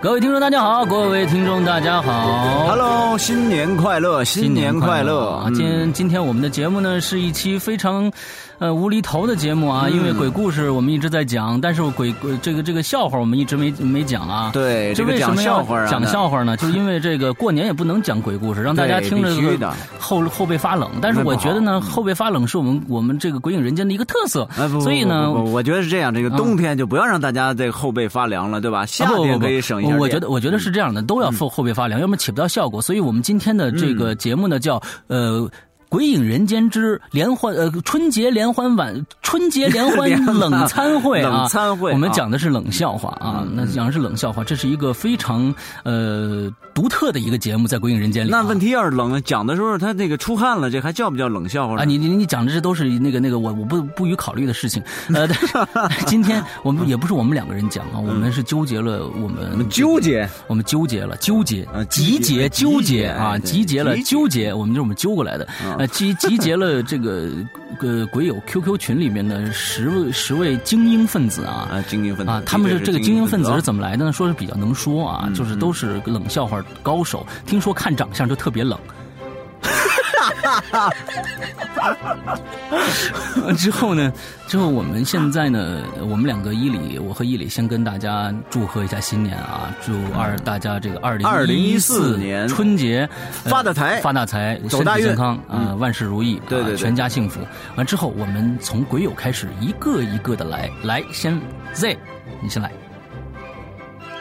各位听众，大家好！各位听众，大家好！ Hello，新年快乐，新年快乐！嗯啊！今天今天我们的节目呢是一期非常，呃无厘头的节目嗯啊，因为鬼故事我们一直在讲，但是鬼鬼这个这个笑话我们一直没没讲啊。对这这个为什么讲要笑话啊讲笑话呢？就是因为这个过年也不能讲鬼故事，让大家 对听着必须的后后背发冷。但是那不我好嗯觉得呢，后背发冷是我们我们这个鬼影人间的一个特色啊，不不，所以呢嗯不，不不我觉得是这样，这个冬天就不要让大家这个后背发凉了，对吧？夏啊不不天不可以省一下我电。我觉得我 觉得是这样的，嗯都要后后背发凉，要么起不到效果。所以我们今天的这个节目呢，叫呃。鬼影人间之联欢呃春节联欢晚春节联 联欢欢冷餐会啊冷餐会我们啊讲的是冷笑话啊，嗯那讲的是冷笑话，这是一个非常呃独特的一个节目，在鬼影人间里啊、那问题要是冷，讲的时候他那个出汗了，这还叫不叫冷笑话呢啊，你你你讲的这都是那个那个我我不不予考虑的事情，呃，但是 今天我们也不是我们两个人讲啊，我们是纠结了我们嗯我们纠结，我们纠结了，纠结啊，集集结，结纠集结结啊，哎对集结了，集结纠结，我们就是我们揪过来的，呃，集集结了这个呃鬼友 QQ 群里面的十位十位精英分子啊，啊，精英分子啊，他们是这个精英分子啊是么？怎么来的呢？说是比较能说啊，就是都是冷笑话高手。听说看长相就特别冷。呃呃之后呢？之后我们现在呢？我们两个伊里，我和伊里先跟大家祝贺一下新年啊！祝二大家这个二零2014年春节、呃发大财发大财，走大身体运健康啊、嗯万事如意，对对啊，对全家幸福。完之后，我们从鬼友开始，一个一个的来，来，先 Z，你先来。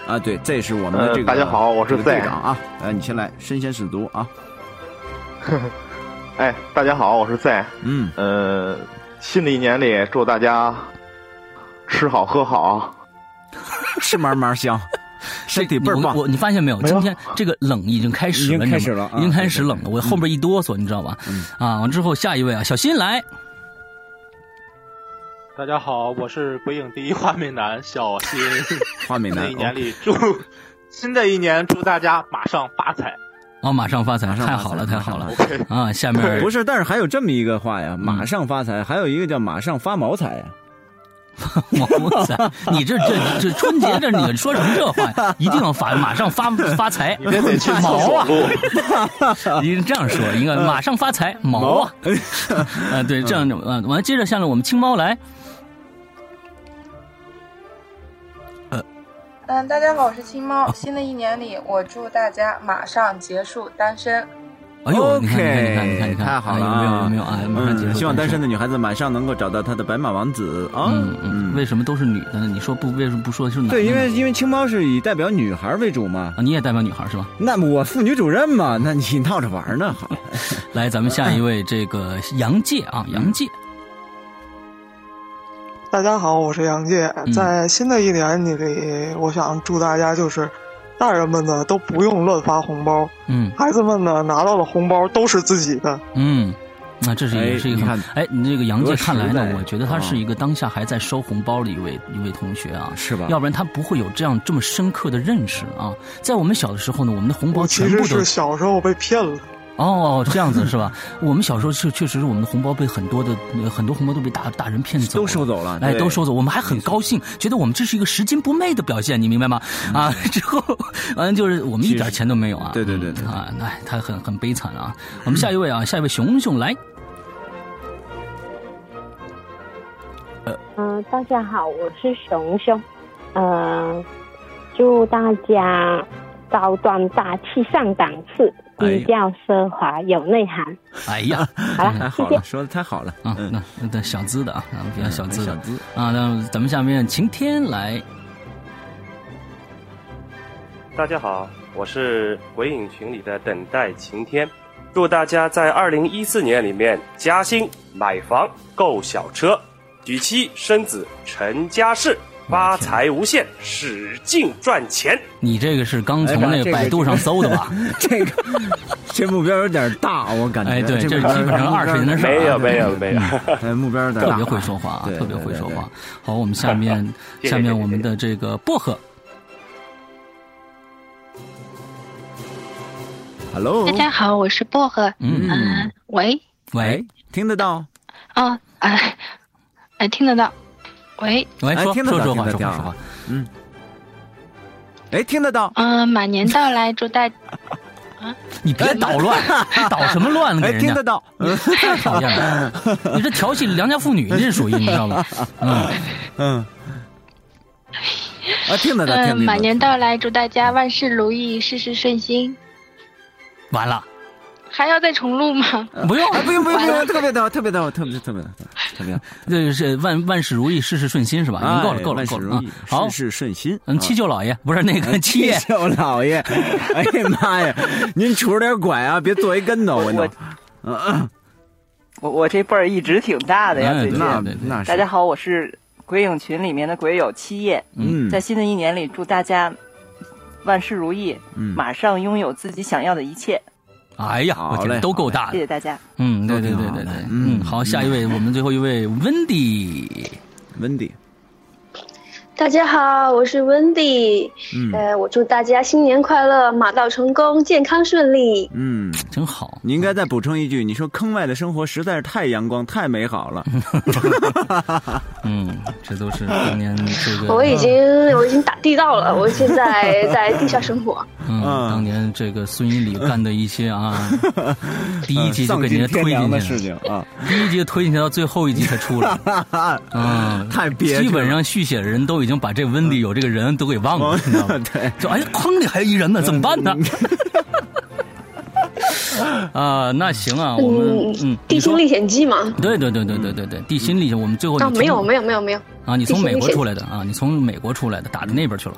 啊，对，这是我们的这个。呃大家好我是这个队 Z 长啊，呃，你先来，身先士卒啊，哎，大家好，我是 Z。嗯，呃，新的一年里，祝大家吃好喝好。吃嘛嘛 香，身体倍儿我棒。我你发现没有？没有今天这个冷已经开始了，已经开始了你知道吗已经啊开始冷了。我后边一哆嗦，你知道吧？嗯啊，完之后下一位啊，小新来，大家好，我是鬼影第一画面男小新。花美新的男一，年里祝新的一年祝大家马上发财。哦，马上发财，马上发太财好了，太马上好了发啊！下面哦 不是，但是还有这么一个话呀，马上发财，还有一个叫马上发毛财呀。哇塞， 你这这这春节这你说什么这话呀？一定要发，马上发发财，啊你这得去厕所录，你这样说应该马上发财，毛啊！啊，对，这嗯样啊，完了接着下来我们青猫来，嗯，大家好，我是青猫。新的一年里，我祝大家马上结束单身。 哎呦，你看你看你看 OK，你看你看，太好了啊啊，有没有有没有啊？马上结嗯，束，希望单身身的女孩子马上能够找到她的白马王子啊。嗯嗯，为什么都是女的呢？你说不为什么不说是男的呢？对，因为因为青猫是以代表女孩为主嘛，嗯啊，你也代表女孩是吧？那么我妇女主任嘛，那你闹着玩呢？好， 哎来，咱们下一位这个杨介啊，杨介，大家好，我是杨介。嗯在新的一年里，我想祝大家就是，大人们呢都不用乱发红包，嗯孩子们呢拿到的红包都是自己的。嗯，那这是也哎是一个你很看哎，你这个杨多介看来实呢在，我觉得他啊是一个当下还在收红包的一位一位同学啊，是吧要不然他不会有这样这么深刻的认识啊。在我们小的时候呢，我们的红包我全哦其实部都是小时候被骗了，哦这样子是吧？ 我们小时候是确实是我们的红包被很多的呃很多红包都被大大人骗走了，都收走了，哎，对都收走，我们还很高兴，觉得我们这是一个拾金不昧的表现，你明白吗？啊， 之后完了就是我们一点钱都没有啊。嗯对对对对嗯啊，哎，他很很悲惨啊。我们下一位啊，下一位熊熊来，嗯、大家好，我是熊熊。嗯，祝大家高端大气上档次，哎呀低调奢华有内涵。哎呀，好了，太谢 好谢了，。说的太好了，嗯哎啊，那那那小资的啊，啊比较小资的小资啊，那咱们下面晴天来，大家好，我是鬼影群里的等待晴天，祝大家在二零一四年里面加薪、买房、购小车，娶妻生子，成家室，发财无限，使劲赚钱。你这个是刚从哎那这个个百度上搜的吧？ 这个这目标有点大，我感觉。哎对目这标基本上20年的事儿啊嗯没有，没有，没有。 哎，目标有点特大，别会说话啊，对特别会说。对对话对。好，我们下面 谢谢下谢面谢我们的这个薄荷， Hello，大家好，我是薄荷。嗯嗯、喂，呃喂哎，，听得到？哦，哎，哎，听得到。喂，喂，哎说听得说到实话，听得说话到嗯说话，哎，听得到？嗯、马年到来，祝 大你别捣乱，你捣什么乱给哎，人听家得？到？你太讨厌 了，你这调戏良家妇女，你这属于你知道吗？嗯，嗯，啊，听得到，嗯、听得马到。年到来，祝大家万事如意，事事顺心。完了，还要再重录吗？不用，啊，不用不用不用，特别的，特别的，特别特别的，特别的这是万万事如意，事事顺心是吧？已经够了，哎够了，万事够了如啊意！好事，事顺心。嗯，七舅，舅老爷不是那个七啊哎七爷，舅老 爷，哎呀妈呀，您杵点拐啊，别坐一跟头，我我呢。嗯，我我这辈儿一直挺大的呀，哎最近。那对对那是大家好，我是鬼影群里面的鬼友七叶，嗯在新的一年里祝大家万事如意，嗯马上拥有自己想要的一切。哎呀，我好天，嘞都够大谢的，谢大家。嗯，对对都对挺好对对的，嗯，嗯好，下一位，我们最后一位温迪，温迪，大家好，我是 Wendy，、嗯呃，我祝大家新年快乐，马到成功，健康顺利。嗯，真好，你应该再补充一句，你说坑外的生活实在是太阳光、太美好了。 嗯，这都是当年这个，我已经嗯我已经打地 道了，我现在在地下生活。嗯，嗯当年这个孙一礼干的一 些啊，第一集就呃丧给尽人家天推良的进事去情了，啊，第一集就推进去到最后一集才出来， 嗯，太憋屈了基本上续写的人都已经把这温迪有这个人都给忘了，你知道吗？哦 对，就哎呀，坑里还有一人呢，怎么办呢？嗯 啊，那行啊，我们嗯，地你心说历险记嘛。对对对对对对对，地心历险，我们最后啊，你没有从没有没有没有啊，你从地心美国历险出来的啊，你从美国出来的，打到那边去了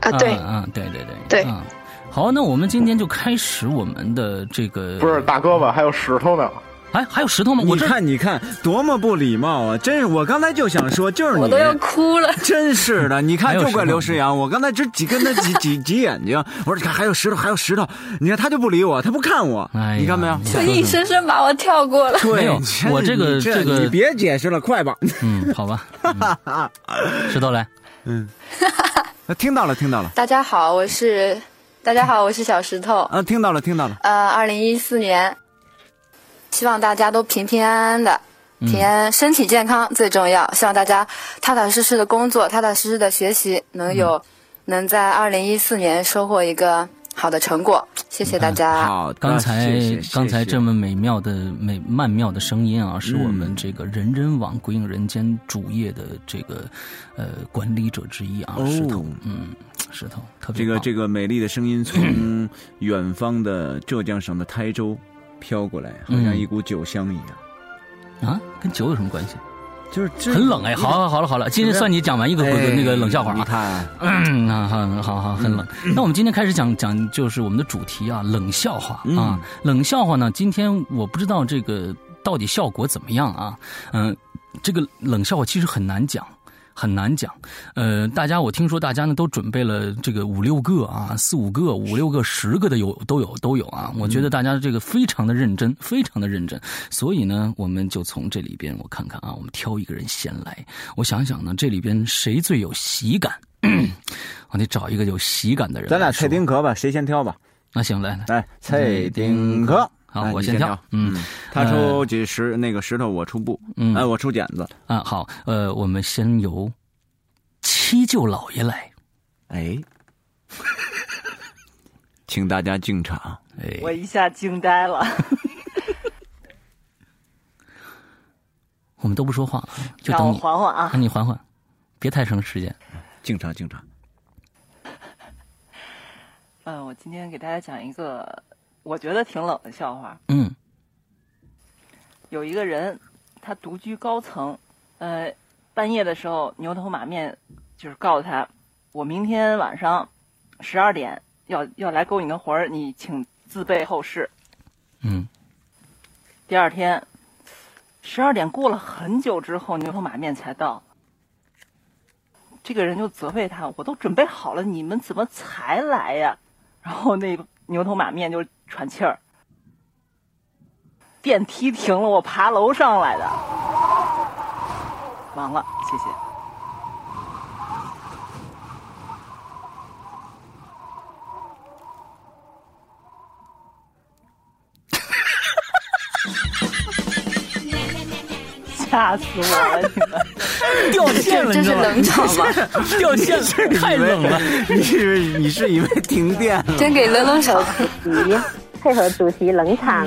啊，对，啊，对对对对啊。好，那我们今天就开始我们的这个不是大胳膊，还有石头呢。哎，还有石头吗？我你这看，你看，多么不礼貌啊！真是，我刚才就想说，就是你，我都要哭了。真是的，你还看，有就石头怪刘诗阳，我刚才只挤跟他 挤挤挤眼睛，我说你看还有石头，还有石头，你看他就不理我，他不看我，哎呀你看没有？你看硬生生把我跳过了。对没有我这个你这个你别解释了，快吧！嗯，好吧，嗯石头来，听到了，听到了， 大家好，我是大家好，我是小石头。啊，听到了，听到了，呃，二零一四年，希望大家都平平安安的，嗯平安身体健康最重要。希望大家踏踏实实的工作，踏踏实实的学习，能有、嗯能在二零一四年收获一个好的成果。谢谢大家。嗯好的，刚才、谢啊谢刚才谢谢这么美妙的美曼妙的声音啊，是我嗯们这个人人网鬼影人间主页的这个呃管理者之一啊，哦石头，嗯，石头特别这个棒这个美丽的声音从远方的浙江省的台州飘过来，好像嗯一股酒香一样，啊，跟酒有什么关系？就是这很冷哎，好好好了好了，今天算你讲完一个鬼哎那个冷笑话你啊，看，嗯嗯，啊好好好，很冷。那我们今天开始讲讲就是我们的主题啊，冷笑话啊嗯，冷笑话呢，今天我不知道这个到底效果怎么样啊，嗯、这个冷笑话其实很难讲。很难讲，呃，大家我听说大家呢都准备了这个五六个啊，四五个、五六个、十个的有都有都有啊，我觉得大家这个非常的认真，非常的认真，所以呢，我们就从这里边我看看啊，我们挑一个人先来，我想想呢，这里边谁最有喜感？ 我得找一个有喜感的人来说。咱俩蔡丁壳吧，谁先挑吧？那行，来来，来，蔡丁壳。好哎我你先挑嗯，他出几石那个石头，我出布，嗯哎，我出剪子，啊，好，呃，我们先由七舅老爷来。哎，请大家进场。哎，我一下惊呆了， 我们都不说话，就让等我你。缓缓那啊！你缓缓，别太长时间。进场，进场。嗯，我今天给大家讲一个我觉得挺冷的笑话。嗯有一个人，他独居高层，呃，半夜的时候牛头马面就是告诉他，我明天晚上十二点要要来勾你的魂儿，你请自备后事。嗯，第二天，十二点过了很久之后，牛头马面才到。这个人就责备他：“我都准备好了，你们怎么才来呀？”然后那牛头马面就喘气儿。电梯停了，我爬楼上来的。完了，谢 谢。吓死我了！你们掉线了，这是冷场吗？ 掉线了，太冷了。你是你是因为停电了？真给冷冷手。配合主题冷场，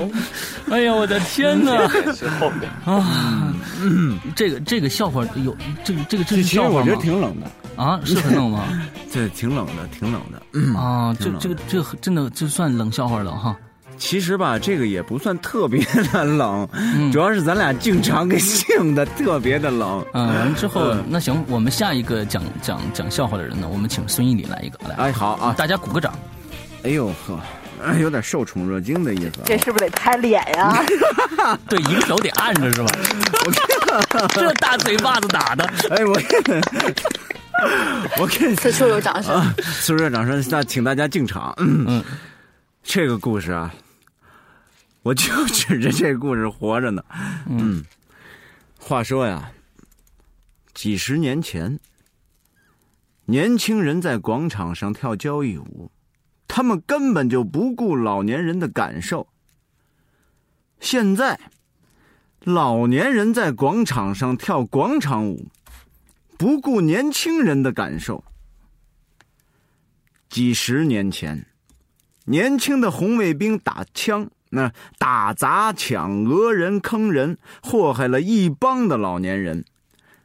哎呀，我的 天哪！是后面啊，嗯，这个这个笑话有这个这个这是其实笑话吗？我觉得挺冷的。啊，是很冷吗？ 对，挺冷的，挺冷的。啊，嗯挺这冷这个这个真的就算冷笑话了哈。其实吧，这个也不算特别的冷，嗯主要是咱俩经常给性的特别的冷。嗯，完了之后嗯，那行，我们下一个讲讲讲笑话的人呢，我们请孙一礼来一个来。哎，好啊，大家鼓个掌。哎呦呵，哎有点受宠若惊的意思啊。这是不是得拍脸呀？ 对，一个手得按着是吧？这大嘴巴子打的，哎，我 我跟此处有掌 声。啊，宿舍掌声，那请大家进场。嗯，这个故事啊，我就指着这故事活着呢。嗯，话说呀，几十年前，年轻人在广场上跳交谊舞，他们根本就不顾老年人的感受。现在，老年人在广场上跳广场舞，不顾年轻人的感受。几十年前，年轻的红卫兵打枪，那、打砸抢、讹人、坑人，祸害了一帮的老年人。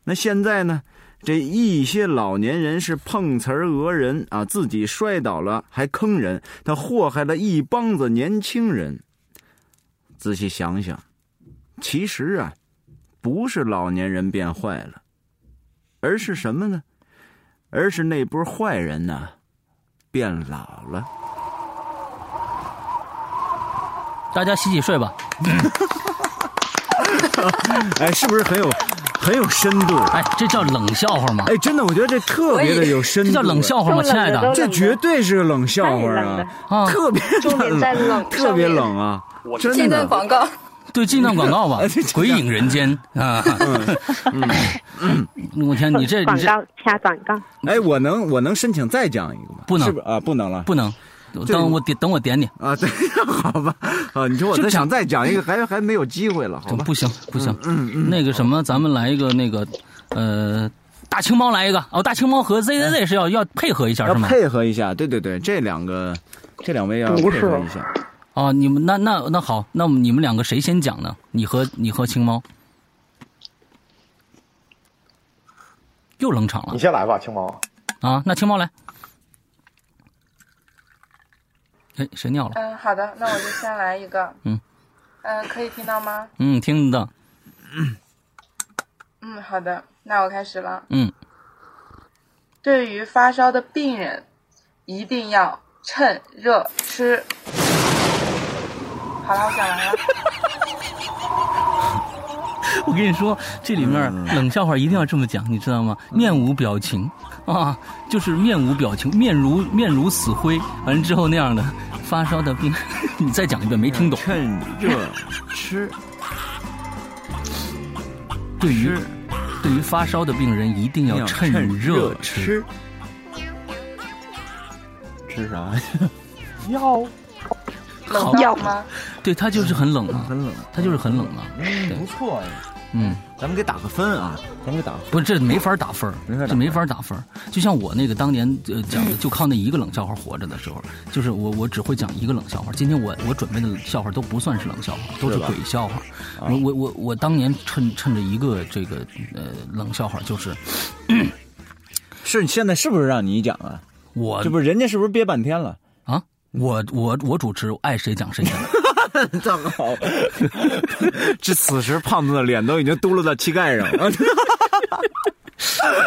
那现在呢？这一些老年人是碰瓷儿讹人啊，自己摔倒了还坑人，他祸害了一帮子年轻人。仔细想想，其实啊，不是老年人变坏了，而是什么呢？而是那波坏人呢、变老了。大家洗洗睡吧。 哎，是不是很有很有深度？哎，这叫冷笑话吗？哎，真的，我觉得这特别的有深度。啊这叫冷笑话吗，都冷的亲爱都冷的？这绝对是个冷笑话太冷了啊！特别重点在冷特别冷啊！真进段的，哎广告，对，进段广告吧，《鬼影人间》 嗯啊。我天，你这广 你这告掐广告，哎，我能我能申请再讲一个吗？不能是不是啊？不能了不能，等我点等我点你。啊！对， 好吧啊！你说我再想再讲一个，还还没有机会了，好吧？嗯不行不行，那个什么，咱们来一个那个，呃，大青猫来一个哦，大青猫嗯和 Z Z Z 是要要配合一下要是吗？配合一下，对对对，这两个这两位要配不是合一下。哦，你们那那那好，那么你们两个谁先讲呢？你和你和青猫又冷场你了先来吧，青毛。啊！那青猫来，哎，谁尿了？嗯，好的，那我就先来一个。嗯。嗯，可以听到吗？嗯，听得到， 嗯，好的，那我开始了。嗯，对于发烧的病人，一定要趁热吃。好了，我讲完了。我跟你说，这里面嗯冷笑话一定要这么讲，你知道吗？面无表情啊，就是面无表情，面如面如死灰，完了之后那样的发烧的病， 你再讲一遍，没听懂。哎趁热吃， 对于对于发烧的病人，一定要趁热吃。吃。吃啥？ 要冷好 到吗？对他就是很冷啊，很冷，他就是很冷啊。不错呀。嗯，咱们给打个分啊， 咱们给打个分。不是，这没法打分儿没法打分儿这没法打分儿就像我那个当年呃讲的，就靠那一个冷笑话活着的时候，就是我我只会讲一个冷笑话。今天我我准备的笑话都不算是冷笑话，都是是吧啊鬼笑话。我我我我当年趁趁着一个这个呃冷笑话，就是 是你现在是不是让你讲啊？我这不是人家是不是憋半天了？啊，我我我主持，爱谁 讲谁讲。正好，这此时胖子的脸都已经嘟噜到膝盖上了。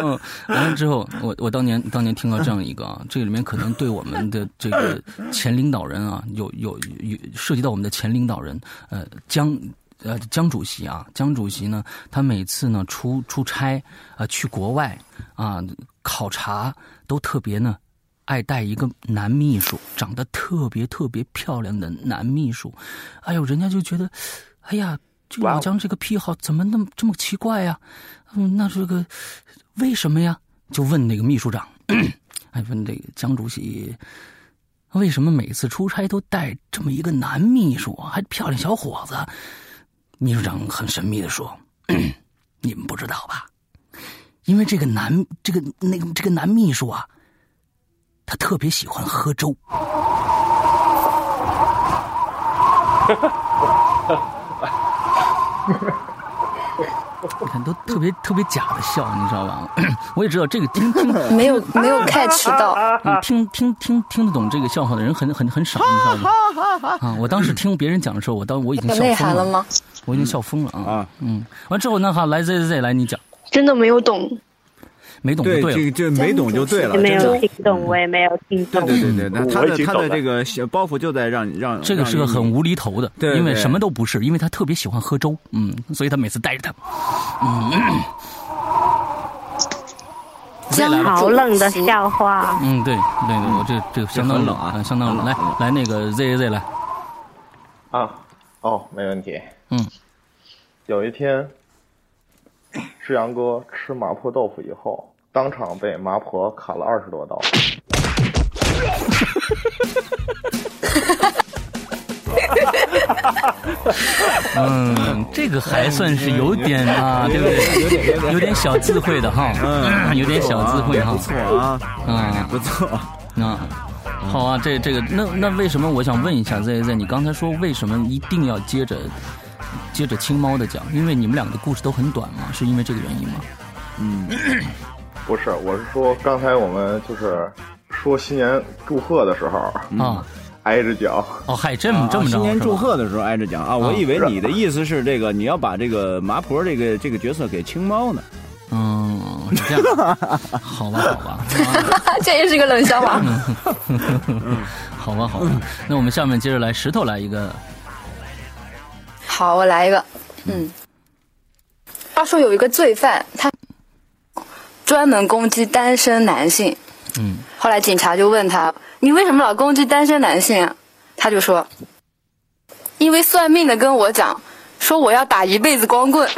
嗯，完了之后，我我当年当年听到这样一个啊，这个里面可能对我们的这个前领导人啊，有有有涉及到我们的前领导人，呃，江。呃，江主席啊，江主席呢，他每次呢出出差啊、去国外啊、考察，都特别呢爱带一个男秘书，长得特别特别漂亮的男秘书，哎呦，人家就觉得，哎呀，这个老姜这个癖好怎么那么这么奇怪呀、嗯，那这个为什么呀？就问那个秘书长， 哎，问这个江主席，为什么每次出差都带这么一个男秘书啊，还漂亮小伙子？秘书长很神秘的说：“ 你们不知道吧？因为这个男，这个那个这个男秘书啊，他特别喜欢喝粥。你看，都特别特别假的笑，你知道吧？ 我也知道这个听听 没有没有 catch 到，嗯听听听听得懂这个笑话的人很很很少，你知道吗？啊，我当时听别人讲的时候，我当我已经有笑内疯涵了吗？我已经笑疯了啊！嗯，完之后呢，哈，来 Z Z 来你讲，真的没有懂，没懂就对了，这个这没懂就对了，也没啊真有的听懂，我也没有听懂。对对对，嗯那他我已的经他懂的了这个小包袱就在让你让这个是个让你很无厘头的，对因为对什么都不是，因为他特别喜欢喝粥，嗯，所以他每次带着他，嗯，真好冷的笑 话，嗯，对对对，我这这个相当冷啊，相当冷，来来那个 Z Z 来，啊，哦，没问题。嗯，有一天，志阳哥吃麻婆豆腐以后，当场被麻婆砍了二十多刀。嗯，这个还算是有点啊，对 有点有不对？点有点有点小智慧的哈，嗯 有点小智慧哈，不错啊啊，不错啊。好啊，这这个那那为什么我想问一下 Z Z，你刚才说为什么一定要接着接着青猫的讲？因为你们两个的故事都很短嘛，是因为这个原因吗？嗯，不是，我是说刚才我们就是说新年祝贺的时候嗯啊，挨着讲。哦，还这么啊这么着新年是吧祝贺的时候挨着讲啊，嗯我啊以为是你的意思是这个，你要把这个麻婆这个这个角色给青猫呢。嗯，是这 样，好吧，好吧， 这也是个冷笑话。嗯好吧，好吧。那我们下面接着来石头来一个，好，我来一个。嗯，话说有一个罪犯，他专门攻击单身男性。嗯，后来警察就问他：“你为什么老攻击单身男性、啊？”他就说：“因为算命的跟我讲，说我要打一辈子光棍。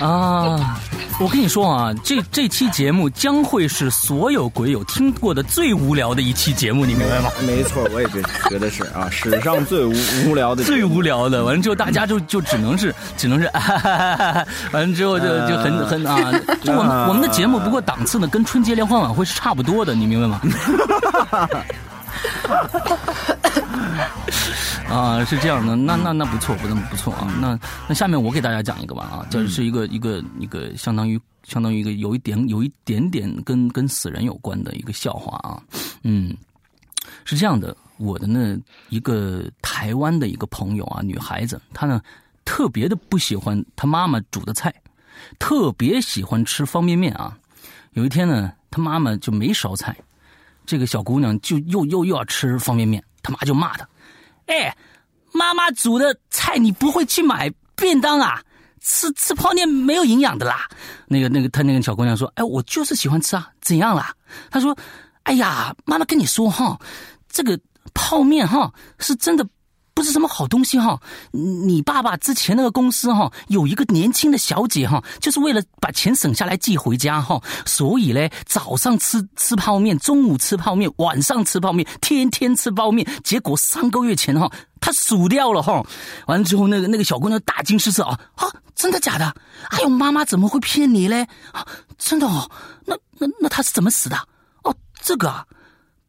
啊，我跟你说啊，这这期节目将会是所有鬼友听过的最无聊的一期节目，你明白吗？没错，我也觉觉得是啊，史上最无无聊的嗯节目，最无聊的，完了之后大家就就只能是只能是， 啊哈哈哈哈完了之后就就嗯很很啊， 就我们啊我们的节目不过档次呢跟春节联欢晚会是差不多的，你明白 吗？啊，是这样的，那那那不错，不那不错啊。那那下面我给大家讲一个吧嗯啊，这是一个、一个一个相当于相当于一个有一点有一点点跟跟死人有关的一个笑话啊，嗯，是这样的，我的呢一个台湾的一个朋友啊，女孩子，她呢特别的不喜欢她妈妈煮的菜，特别喜欢吃方便面啊。有一天呢，她妈妈就没烧菜，这个小姑娘就又又又要吃方便面，她妈就骂她：“哎，妈妈煮的菜你不会去买便当啊？吃吃泡面没有营养的啦。”那个那个，她那个小姑娘说：“哎，我就是喜欢吃啊，怎样啦？”她说：“哎呀，妈妈跟你说哈，这个泡面哈是真的。”不是什么好东西哈，你你爸爸之前那个公司哈，有一个年轻的小姐哈，就是为了把钱省下来寄回家哈，所以嘞，早上吃吃泡面，中午吃泡面，晚上吃泡面，天天吃泡面，结果三个月前哈，她数掉了哈，完了之后那个那个小姑娘大惊失色啊啊，真的假的？哎呦，妈妈怎么会骗你嘞？啊，真的哦，那那那她是怎么死的？哦，这个啊，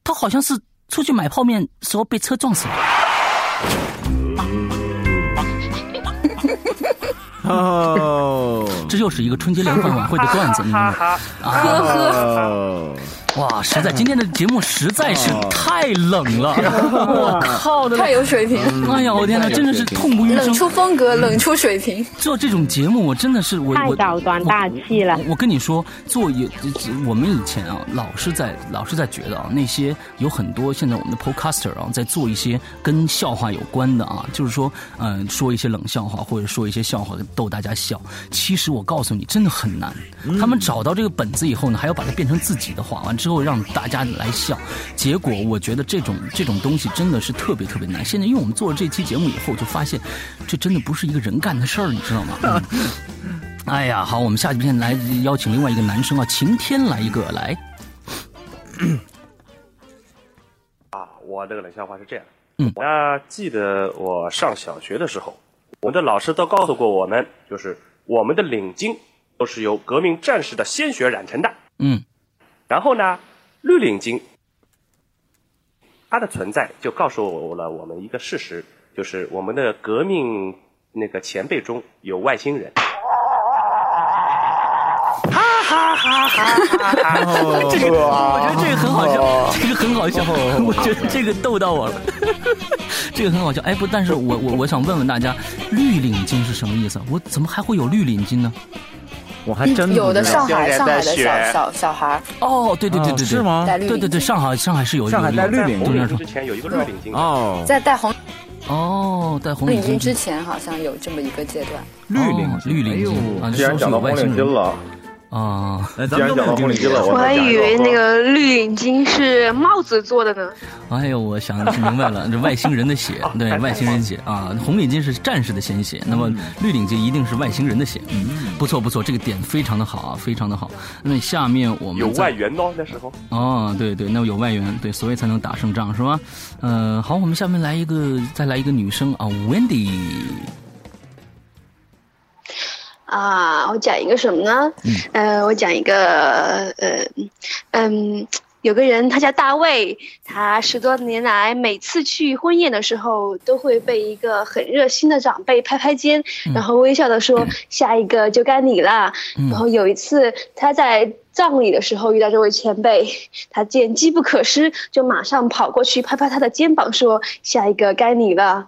她好像是出去买泡面时候被车撞死了。哦， 这又是一个春节联欢晚会的段子，你明 白吗？呵呵，哇，实在今天的节目实在是太冷了，我靠的，太有水平嗯哎呀，我天哪，真的是痛不欲冷生。出风格，冷出水平。做这种节目，我真的是我太我高端大气了我。我跟你说，做也我们以前啊，老是在老是在觉得啊，那些有很多现在我们的 podcaster 啊，在做一些跟笑话有关的啊，就是说，嗯、说一些冷笑话或者说一些笑话逗大家笑。其实我告诉你，真的很难。他们找到这个本子以后呢，还要把它变成自己的话，完之后让大家来笑。结果我觉得这种这种东西真的是特别特别难。现在因为我们做了这期节目以后，就发现这真的不是一个人干的事儿，你知道吗？嗯哎呀，好，我们下几天来邀请另外一个男生啊，晴天来一个来，啊，我这个冷笑话是这样。嗯我呀，记得我上小学的时候，我们的老师都告诉过我们，就是我们的领巾都是由革命战士的鲜血染成的。嗯，然后呢，绿领巾，它的存在就告诉我了我们一个事实，就是我们的革命那个前辈中有外星人。哈哈哈 哈哈！这个我觉得这个很好哦笑，这个很好笑，我觉得这个逗到我了，这个很好笑。哎，不，但是我我我想问问大家，绿领巾是什么意思？啊我怎么还会有绿领巾呢？我还真有的上海上海的雪小小小孩儿哦，对对对对对，是吗戴绿对对对，上海上海是有上海戴绿领对那之前有一个绿领巾哦，在戴红哦，戴红领领巾巾之前，好像有这么一个阶段。绿领绿领巾啊，哎既然讲到红领巾了，哎啊，既然讲到红领巾了，我还再讲一以个为那个绿领巾是帽子做的呢。哎呦，我想明 白了，这外星人的血，哦对，外星人血啊，红领巾是战士的鲜血，嗯那么绿领巾一定是外星人的血。嗯，不错不错，这个点非常的好啊，非常的好。那下面我们有再外援哦，那时候。哦，对对，那有外援，对，所以才能打胜仗，是吧？呃，好，我们下面来一个，再来一个女生啊，Wendy，啊，我讲一个什么呢？呃，我讲一个呃，嗯，有个人他叫大卫，他十多年来每次去婚宴的时候，都会被一个很热心的长辈拍拍肩，然后微笑的说：“下一个就该你啦。然后有一次他在。葬礼的时候遇到这位前辈，他见机不可失，就马上跑过去拍拍他的肩膀，说：“下一个该你了。”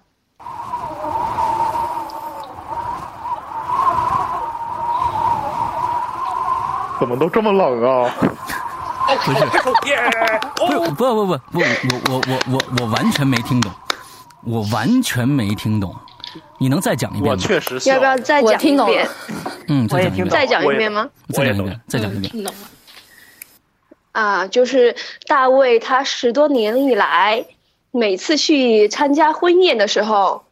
怎么都这么冷啊？不是，Oh 不哦是，不不不不，我我我我我完全没听懂，我完全没听懂，你能再讲一遍吗？我确实要不要再我讲听一懂遍？嗯，再我也讲一听遍，懂再讲一遍吗再讲一遍，再讲一遍。听懂了。嗯啊，就是大卫他十多年以来，每次去参加婚宴的时候，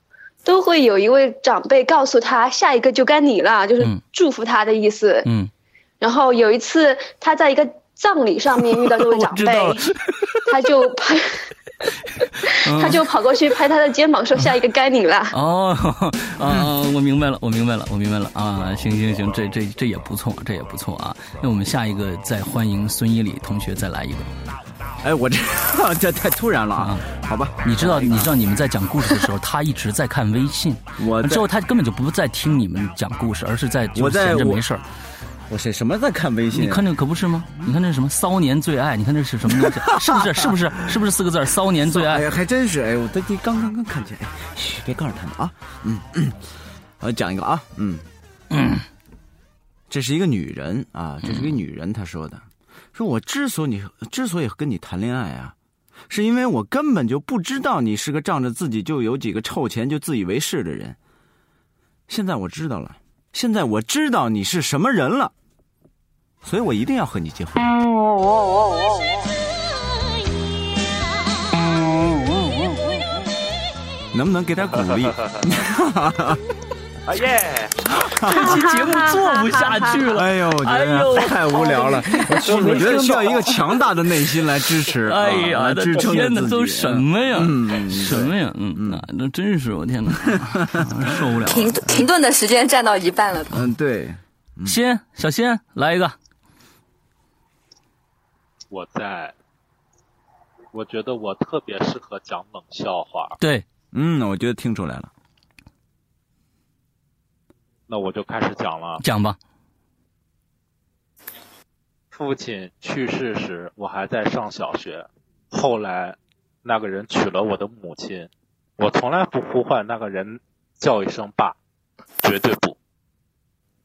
都会有一位长辈告诉他下一个就该你了，就是祝福他的意思。嗯，然后有一次他在一个葬礼上面遇到这位 长知辈道了，嗯他就 拍，他就跑过去拍他的肩膀说下一个该你了。哦， 啊，我明白了，我明白了，我明白了啊！行行行，这这这也不错，这也不错啊。那我们下一个再欢迎孙一礼同学再来一个。哎，我这 这太突然了啊！好吧，你知道，你知道你们在讲故事的时候，他一直在看微信， 我在之后他根本就不在听你们讲故事，而是在就我在闲着我没事儿。我是什么在看微信？你看这可不是吗？你看这是什么骚年最爱？你看这是什么东西？是不是？是不是？是不是四个字儿？骚年最爱？哎，还真是哎，我这这刚刚刚看见，哎，嘘，别告诉他们啊，嗯嗯，我讲一个啊，嗯嗯，这是一个女人啊，这是一嗯个女人，她说的，说我之所以之所以跟你谈恋爱啊，是因为我根本就不知道你是个仗着自己就有几个臭钱就自以为是的人，现在我知道了，现在我知道你是什么人了，所以我一定要和你结婚。哦能不能给点鼓励？ 哎耶！ 这期节目做不下去了。哎呦，我觉得太无聊了。哎我需我觉得需要一个强大的内心来支 持，哎呀，啊我来的支撑着天哪，自己。都什么呀？嗯， 什么呀？嗯嗯，那真是我 天哪，啊受不了了。停停顿的时间占到一半了，嗯，对，仙小仙来一个，我在，我觉得我特别适合讲冷笑话，对，嗯，我觉得听出来了，那我就开始讲了。讲吧。父亲去世时，我还在上小学，后来那个人娶了我的母亲，我从来不呼唤那个人叫一声爸，绝对不。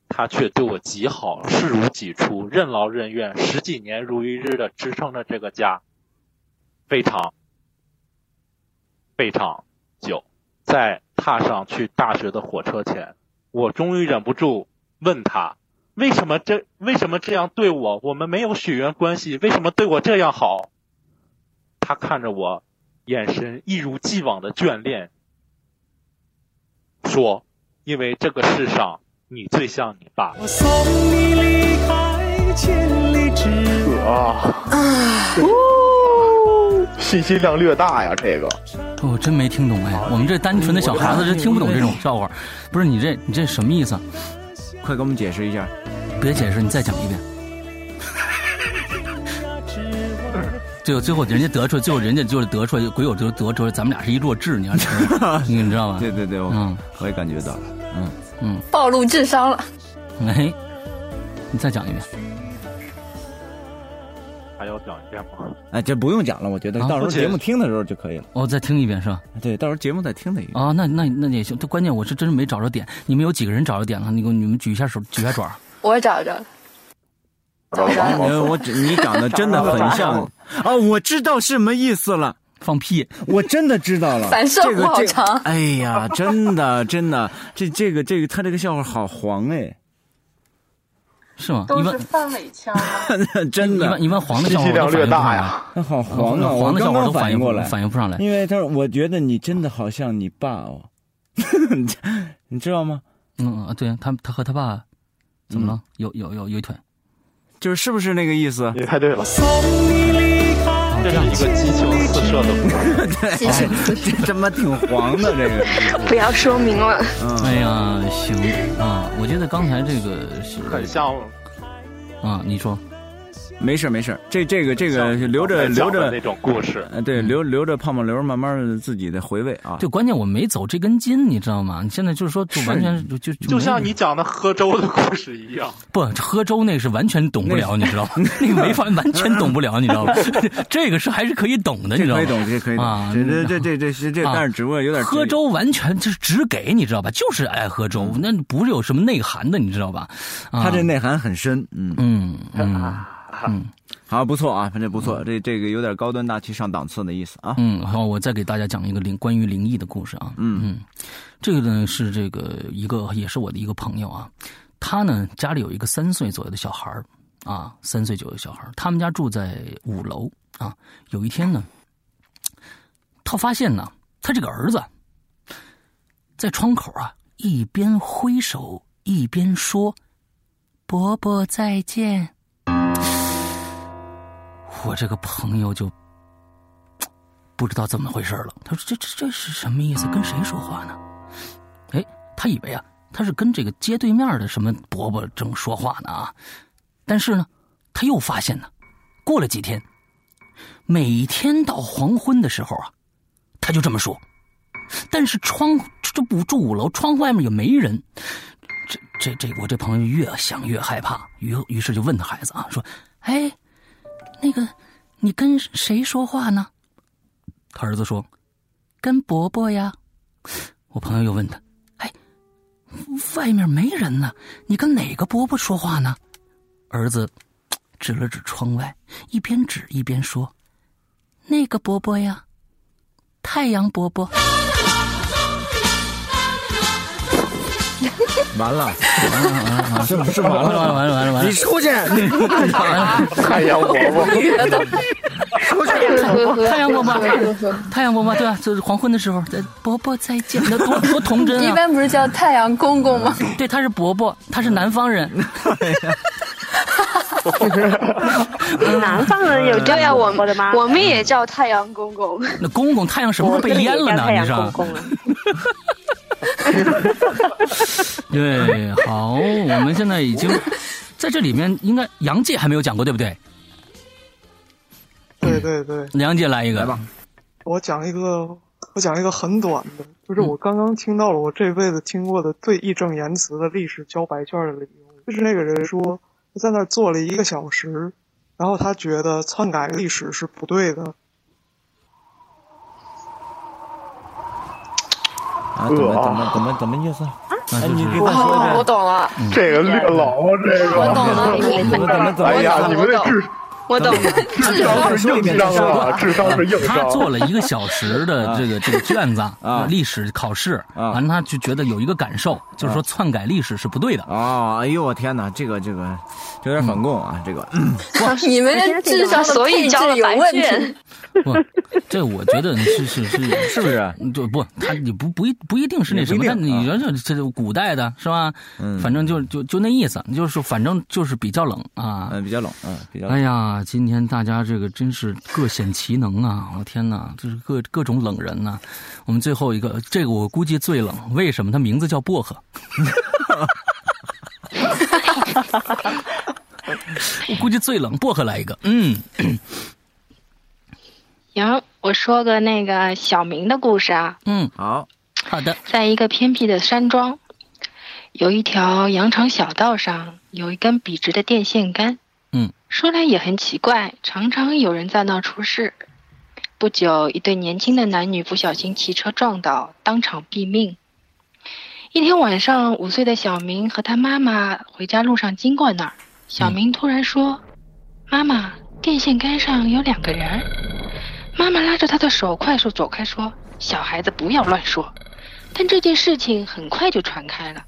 他却对我极好，视如己出，任劳任怨，十几年如一日的支撑着这个家，非常非常久。在踏上去大学的火车前，我终于忍不住问他：为什么这为什么这样对我？我们没有血缘关系，为什么对我这样好？他看着我，眼神一如既往的眷恋，说：“因为这个世上你最像你爸。”送你离开千里之 啊，信息量略大呀，这个我哦真没听懂哎，我们这单纯的小孩子是听不懂这种笑话。不是你这你这什么意思、啊？快给我们解释一下。别解释，你再讲一遍。 最后最后人家得出来，最后人家就是得出来，鬼友就得出来，咱们俩是一弱智，你知 道吗？你知道吧？对对对，嗯，我也感觉到了，嗯嗯，暴露智商了。哎，你再讲一遍。还要讲一遍吗？哎，这不用讲了，我啊觉得到时候节目听的时候就可以了。哦，再听一遍是吧？对，到时候节目再听他一遍。啊，那那那也行。这关键我是真是没找着点，你们有几个人找着点了？你给我你们举一下手，举一下爪。我找着了。啊我我你长得真的很像啊！我知道什么意思了，放屁！我真的知道了。反射弧好长、这个这个。哎呀，真的真的，这这个这个他这个笑话好黄哎，是哦吗？都是范伟腔、啊。真的，一般一般黄的笑话都略大呀，他好黄啊！黄的笑话都反应过来，反应不上来。因为他说，我觉得你真的好像你爸哦，你知道吗？嗯，对他他和他爸怎么了？嗯、有有有有一腿。就是是不是那个意思？你猜对了，这 是一个激情四射的哎对，这他妈挺黄的这个。不要说明了。 嗯、哎呀，行啊，我觉得刚才这个是很像。啊，你说，没事没事，这这个这个留着留着那种故事，对，留留着泡沫流，慢慢自己的回味啊。对，关键我没走这根筋，你知道吗？你现在就是说，就完全就就就像你讲的喝粥的故事一样。不，喝粥那是完全懂不了，你 知道吗？那个没法完全懂不了，你知道吗？这个是还是可以懂的，你知道吗？啊可以懂，这可以懂。这这这这这这，但是只不过有点喝粥完全就是只给你知道吧？就是爱喝粥，那不是有什么内涵的，你知道吧？啊他嗯这内涵很深，嗯 嗯嗯。嗯，好，不错啊，反正不错，这这个有点高端大气上档次的意思啊。嗯，好，我再给大家讲一个灵关于灵异的故事啊。嗯嗯，这个呢是这个一个也是我的一个朋友啊，他呢家里有一个三岁左右的小孩啊，三岁左右的小孩他们家住在五楼啊。有一天呢，他发现呢，他这个儿子在窗口啊一边挥手一边说：“伯伯再见。”我这个朋友就不知道怎么回事了。他说：“这这这是什么意思？跟谁说话呢？”哎，他以为啊，他是跟这个街对面的什么伯伯正说话呢啊。但是呢，他又发现呢，过了几天，每天到黄昏的时候啊，他就这么说。但是窗这不住五楼，窗户外面也没人。这这这，我这朋友越想越害怕，于于是就问他孩子啊，说：“哎。”那个，你跟谁说话呢？他儿子说：“跟伯伯呀。”我朋友又问他：“哎，外面没人呢，你跟哪个伯伯说话呢？”儿子指了指窗外，一边指一边说：“那个伯伯呀，太阳伯伯。”完了，完了，完了，是是完了，完了，完了，完了，完了！你出去，你太阳伯伯，出 去，太阳伯伯，太阳伯伯，对啊，就是黄昏的时候，伯伯再见，那 多多童真啊！一般不是叫太阳公公 吗？对，他是伯伯，他是南方人。 南方人有这样嗯我们的吗？我们也叫太阳公公。那公公太阳什么时候被淹了呢？你说？ 对，好，我们现在已经在这里面，应该杨介还没有讲过，对不对？嗯对对对，杨介来一个吧。我讲一个，我讲一个很短的，就是我刚刚听到了我这辈子听过的最义正言辞的历史交白卷的理由，就是那个人说他在那儿坐了一个小时，然后他觉得篡改历史是不对的。啊，怎么怎么怎么怎么意思？哎，你给我说一哦遍。我懂了，嗯这个略老啊，这个。我懂了，怎么怎么怎么？哎呀，你们这智，我懂，智商是硬伤 啊，智商是硬伤。他做了一个小时啊的这个这个卷子啊，历史考试，完了他就觉得有一个感受，就是说篡改历史是不对的。啊，哎呦我天哪，这个这个有点反共啊，这个。 你们这智商所以交了有问题。不，这我觉得 是是是是不啊是？就不，他你不不一不一定是那什么，但啊你说这这古代的是吧？嗯，反正就就就那意思，就是反正就是比较冷啊，嗯，比较冷，嗯，比较。哎呀，呀，今天大家这个真是各显其能啊！我天哪，这是各各种冷人呐、我们最后一个，这个我估计最冷，为什么？他名字叫薄荷。我估计最冷，薄荷来一个。嗯，行，我说个那个小明的故事啊。嗯，好，好的。在一个偏僻的山庄，有一条羊肠小道上有一根笔直的电线杆。嗯，说来也很奇怪，常常有人在那儿出事。不久，一对年轻的男女不小心骑车撞倒，当场毙命。一天晚上，五岁的小明和他妈妈回家路上经过那儿，小明突然说：“妈妈，电线杆上有两个人儿。”妈妈拉着他的手快速走开，说：“小孩子不要乱说。”但这件事情很快就传开了。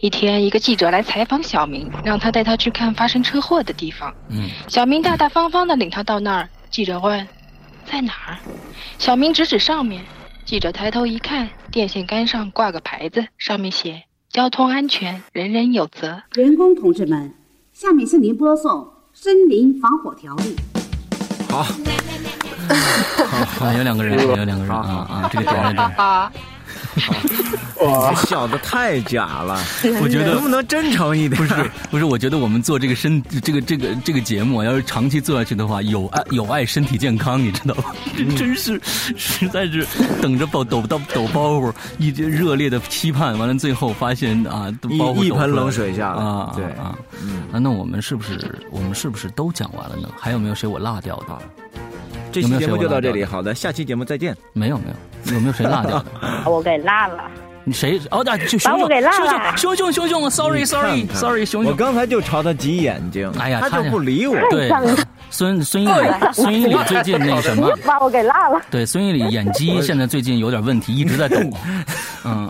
一天，一个记者来采访小明，让他带他去看发生车祸的地方。嗯小明大大方方地领他到那儿。记者问：“在哪儿？”小明指指上面。记者抬头一看，电线杆上挂个牌子，上面写“交通安全，人人有责员工同志们，下面是您播送《森林防火条例》。好，啊，有两个人，有两个人啊啊，这个点了点。哇，笑的太假了，我觉得能不能真诚一点？不是不是，我觉得我们做这个身这个这个这个节目，要是长期做下去的话，有爱有爱身体健康，你知道吗？嗯真是 实在是等着包抖到抖包袱，一直热烈的期盼，完了最后发现啊，都包袱一一抖出来盆了冷水下来啊，对嗯啊，啊，那我们是不是我们是不是都讲完了呢？还有没有谁我落掉嗯的？这有没期节有谁目我就落到这掉里，的好的，下期节目再见。没有没有，有没有 谁落掉的？我给落了。你谁？哦，那就熊把我熊给落熊了熊熊熊熊熊你，sorry 看看 sorry sorry，熊我熊。刚才就朝他挤眼睛，哎呀，他就不理我。对，孙孙一礼，孙一礼最近那个什 么，把我给落了。对，孙一礼演 技现在最近有点问题，一直在抖。嗯，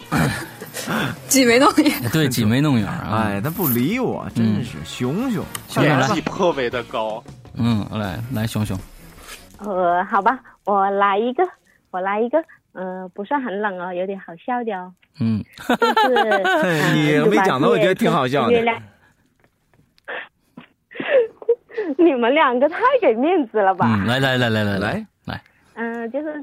挤眉弄眼。对，挤眉弄眼儿啊。嗯哎，他不理我，真是熊熊。熊熊来演技，颇为的高。嗯，来来，熊熊，呃，好吧，我来一个，我来一个，呃，不算很冷哦，有点好笑的哦，嗯，就是、 呃你就没把讲的我月觉得挺好笑的月亮 你们两个太给面子了吧？嗯，来来来来来来来，嗯、就是，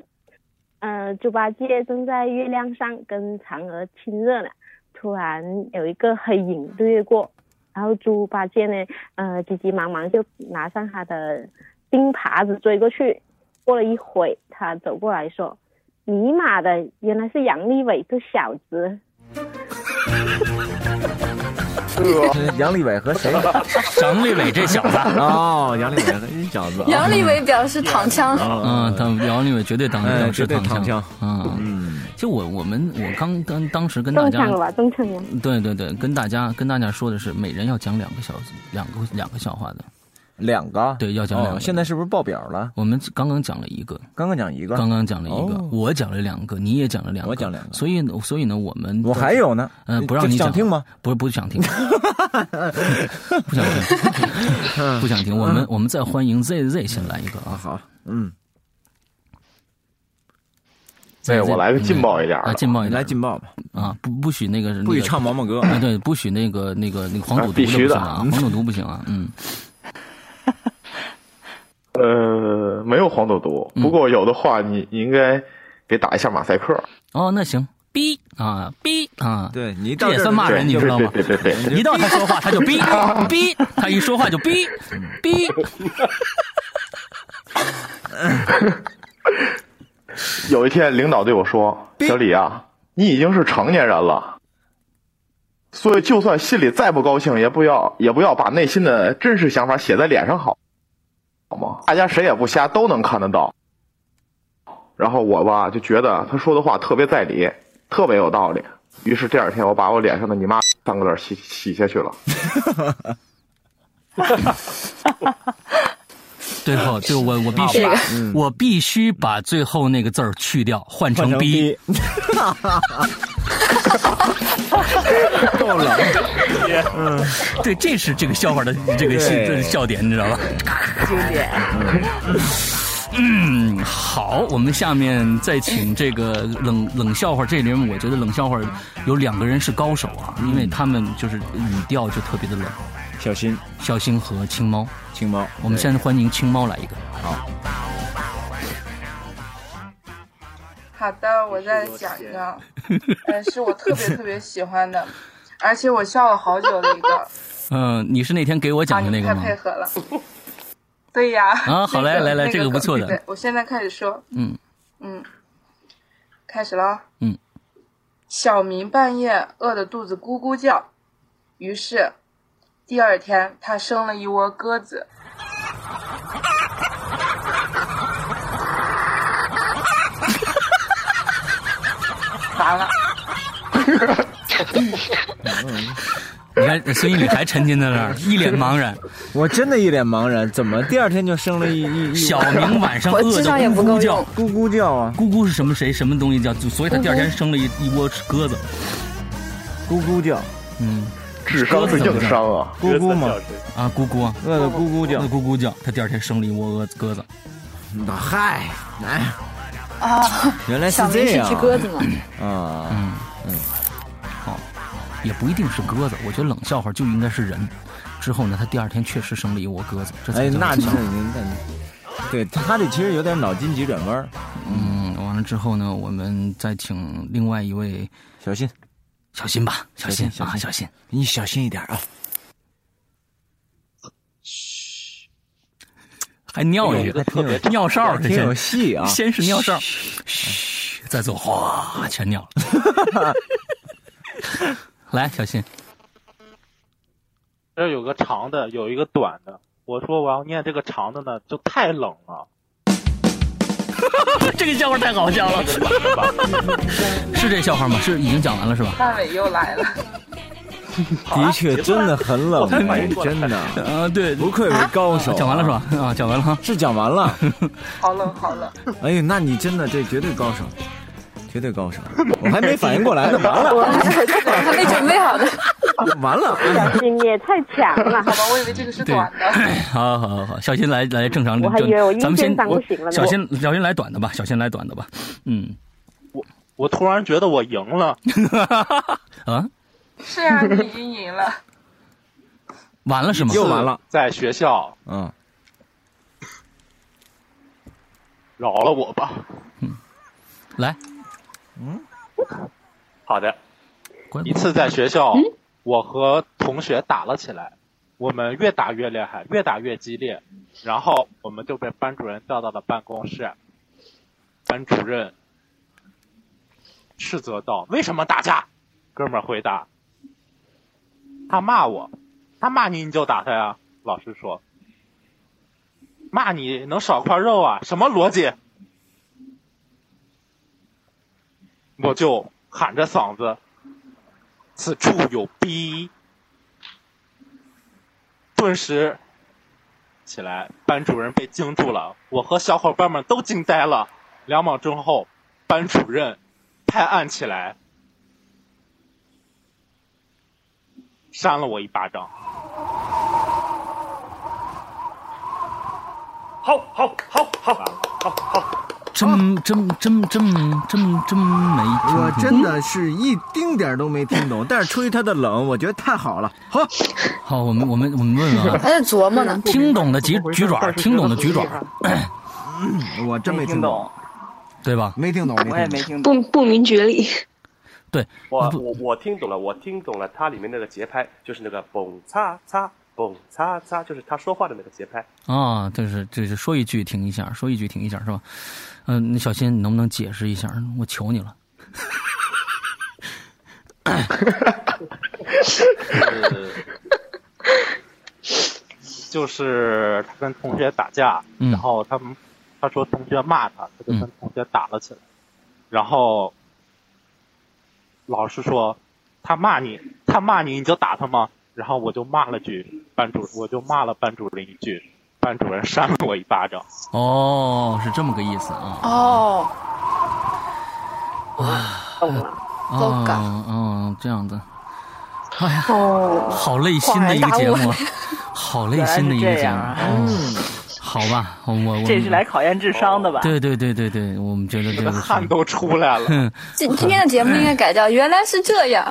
呃，猪八戒正在月亮上跟嫦娥亲热呢，突然有一个黑影掠过，然后猪八戒呢，呃，急急忙忙就拿上他的钉耙子追过去。过了一会，他走过来说：“尼玛的，原来是杨利伟这小子。是杨利伟和谁？ 张立伟这小子哦，杨利伟和这小子。杨利伟表示躺枪。嗯，他姚立伟绝对当哎当时绝对躺枪枪，嗯，就我我们我刚刚当时”跟大中家枪了吧？中枪了。对对对，跟大家跟大家说的是，每人要讲两个小两个两个笑话的，两个，对，要讲两哦，个。现在是不是爆表了？我们刚刚讲了一个，刚刚讲一个，刚刚讲了一个哦，我讲了两个，你也讲了两个，我讲两个所以呢所以呢，我们我还有呢嗯，不让你想讲听吗？不是不想 听，不想听，不想 听。我们我们再欢迎 Z Z 先来一个啊，好，嗯，对，对哎我来个劲爆一点啊，的，劲爆一点来劲爆吧，啊，不不许那个不许唱毛毛毛歌。啊，对，不许那个那个那个黄赌啊毒必须不行的啊，黄赌毒不行啊，嗯，呃，没有黄赌毒，不过有的话你你应该给打一下马赛克。哦，那行，逼啊逼啊，对你这也算骂人，你知道吗？别别别别，一到他说话，他就逼逼，他一说话就逼逼。有一天，领导对我说：“小李啊，你已经是成年人了，所以就算心里再不高兴，也不要也不要把内心的真实想法写在脸上好，好吗？大家谁也不瞎，都能看得到。”然后我吧就觉得他说的话特别在理，特别有道理。于是第二天，我把我脸上的“你妈”三个字洗洗下去了。最后，就我我必须好吧，我必须把最后那个字儿去掉，换成逼。够冷，嗯， 对，这是这个笑话的这个对这笑点，你知道吧？经典。嗯，好，我们下面再请这个冷冷笑话这里面，我觉得冷笑话有两个人是高手啊，因为他们就是语调就特别的冷。小新，小新和青猫，青猫，我们现在欢迎青猫来一个。好，好的，我再讲一个， 呃，是我特别特别喜欢的，而且我笑了好久的一个，嗯、你是那天给我讲的那个太吗？配合了。 对呀。啊好嘞那来来那这个不可错的对我现在开始说，嗯嗯，开始了。嗯。小明半夜饿得肚子咕咕叫，于是第二天他生了一窝鸽子。完了。你看孙一礼还沉浸在 那儿，一脸茫然。我真的一脸茫然，怎么第二天就生了一一一小明晚上饿得咕咕叫，咕咕叫啊！咕咕是什么谁什么东西叫？就所以他第二天咕咕生了一一窝鸽子，咕咕叫，嗯，智商是硬伤啊咕咕嘛，啊，咕咕啊，饿得咕咕叫饿得咕咕叫，他第二天生了一窝鹅鸽子。嗨，哎，啊，原来是小明这样是只鸽子吗？啊，嗯嗯，好，也不一定是鸽子，我觉得冷笑话就应该是人。之后呢，他第二天确实生了一窝鸽子，这才哎，叫那冷就是笑话您看，对他这其实有点脑筋急转弯儿。嗯，完了之后呢，我们再请另外一位小新，小新吧，小新小啊，心小新，你小心一点啊！还尿有一一个个特别 尿哨儿，哎挺有戏啊 先是尿哨，嘘，再做哗，全尿了。 来，小新，这有个长的，有一个短的。我说我要念这个长的呢，就太冷了。这个笑话太好笑了，是这笑话吗？是已经讲完了是吧？范伟又来了， 的确，啊真的很冷，哎真的啊，对，不愧为高手。讲完了是吧？啊，讲完了哈，是讲完 了。好冷好冷。哎呦，那你真的这绝对高手，绝对高手，我还没反应过来呢，完了， 还没准备好呢。完了，小新也太强了。好吧，我以为这个是对， 好好好好，小新来来正常，我还正以为我咱们阴先间上我不行了呢小新小新来短的吧，小新来短的吧，嗯我突然觉得我赢了。啊，是啊，你已经赢了。完了是吗？又完了，在学校，嗯，饶了我吧。嗯来，嗯，好的。一次在学校，我和同学打了起来，我们越打越厉害，越打越激烈，然后我们就被班主任叫到了办公室。班主任斥责道：“为什么打架？”哥们儿回答：“他骂我，他骂你你就打他呀。”老师说：“骂你能少块肉啊？什么逻辑？”我就喊着嗓子：“此处有逼！”顿时起来，班主任被惊住了，我和小伙伴们都惊呆了。两秒钟后，班主任拍案起来，扇了我一巴掌。好好好好好好，真啊真真真真真没听懂，我真的是一丁点儿都没听懂，但是出于他的冷，我觉得太好了。好，好，我们我们我们问问啊， 还在琢磨呢。 听懂的举举爪，听懂的举爪， 嗯我真没听懂，对吧？没听懂，我也没听懂。不不明觉厉。对，我我我听懂了，我听懂了，它里面那个节拍就是那个蹦擦擦蹦擦擦，就是他说话的那个节拍。啊，就是就是说一句停一下，说一句停一下，是吧？嗯、那小新，你能不能解释一下？我求你了。 就是他跟同学打架，嗯然后他们他说同学骂他，他就跟嗯同学打了起来，然后老师说他骂你，他骂你你就打他吗？然后我就骂了句班主，我就骂了班主任一句，班主任扇了我一巴掌。哦，是这么个意思啊。哦，哦，哦，这样子。哎呀，啊啊好累心的一个节目，好累心的一个节目。哦，好吧，我我这是来考验智商的吧？对对对对对，我们觉得这个汗都出来了。 今今天的节目应该改叫“原来是这样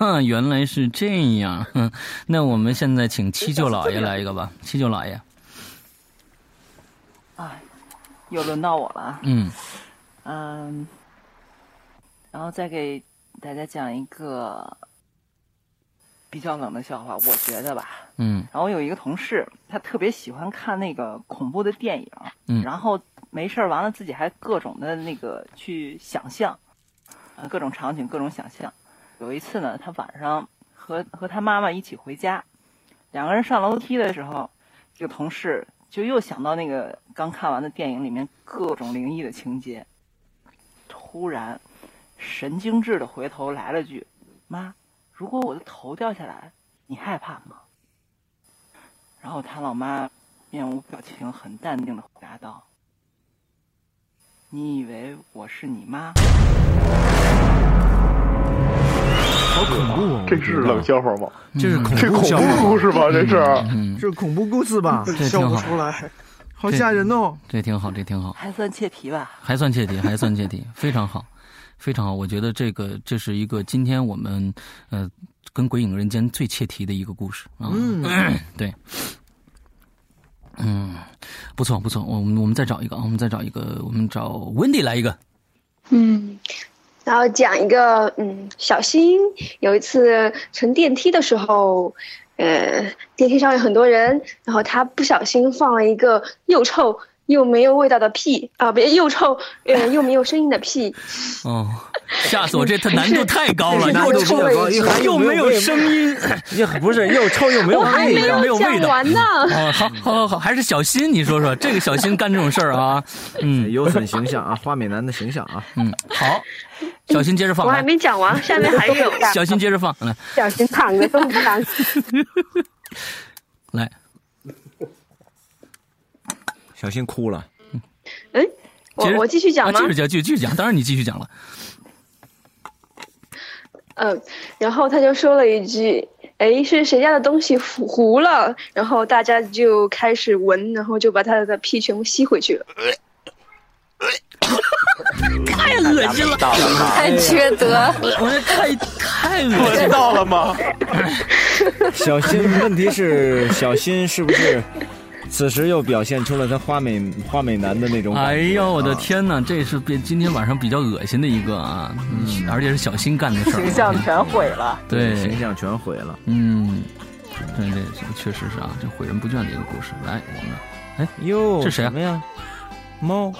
哎原来是这样。 哼那我们现在请七舅老爷来一 个吧，七舅老爷，哎，又轮到我了啊。嗯嗯，然后再给大家讲一个比较冷的笑话，我觉得吧。嗯然后我有一个同事，他特别喜欢看那个恐怖的电影，嗯然后没事儿完了自己还各种的那个去想象，呃，各种场景，各种想象。有一次呢，他晚上和和他妈妈一起回家，两个人上楼梯的时候，这个同事就又想到那个刚看完的电影里面各种灵异的情节，突然神经质的回头来了句：“妈，如果我的头掉下来，你害怕吗？”然后他老妈面无表情、很淡定的回答道：“你以为我是你妈？”好恐怖哦！这是冷笑话吗？嗯这是恐这恐笑话怖故事吗？这是嗯，这是恐怖故事吧这？挺好笑不出来，好吓人哦！这挺好，这挺好。还算切题吧。还算切题， 还算切题，非常好，非常好。我觉得这个这是一个今天我们呃跟《鬼影人间》最切题的一个故事啊。嗯 对，嗯，不错不错，我们我们再找一个，啊，我们再找一个，我们找 Wendy 来一个。嗯，然后讲一个，嗯，小新有一次乘电梯的时候，呃，电梯上有很多人，然后他不小心放了一个又臭又没有味道的屁啊，别、又臭呃又没有声音 的屁，哦， 吓死我！这它难度太高 了，是又臭难度比较高又没有声音， 也不是又臭又没有我还味没道，没有有味讲道。完呢。 哦，好，好，好，好，还是小新，你说说这个小新干这种事儿啊，嗯，有损形象啊，花美男的形象啊， 嗯，好，小新接着放，我还没讲完，下面还有小新接着放，来小心躺着都不敢。来，小新哭了，嗯，我接着我继续讲啊？吗继续讲，继续继续讲，当然你继续讲了，嗯，然后他就说了一句：“哎，是谁家的东西糊糊了？”然后大家就开始闻，然后就把他的屁全部吸回去了。 太恶心了，太缺德我这太太恶闻心到了吗？小新，问题是小新是不是此时又表现出了他花美花美男的那种哎呦，我的天哪，这是比今天晚上比较恶心的一个啊，嗯，而且是小新干的事儿，啊形象全毁了。对形象全毁了。嗯，对对，这确实是啊，这毁人不倦的一个故事。来，我们，哎哟，这谁啊什么呀？猫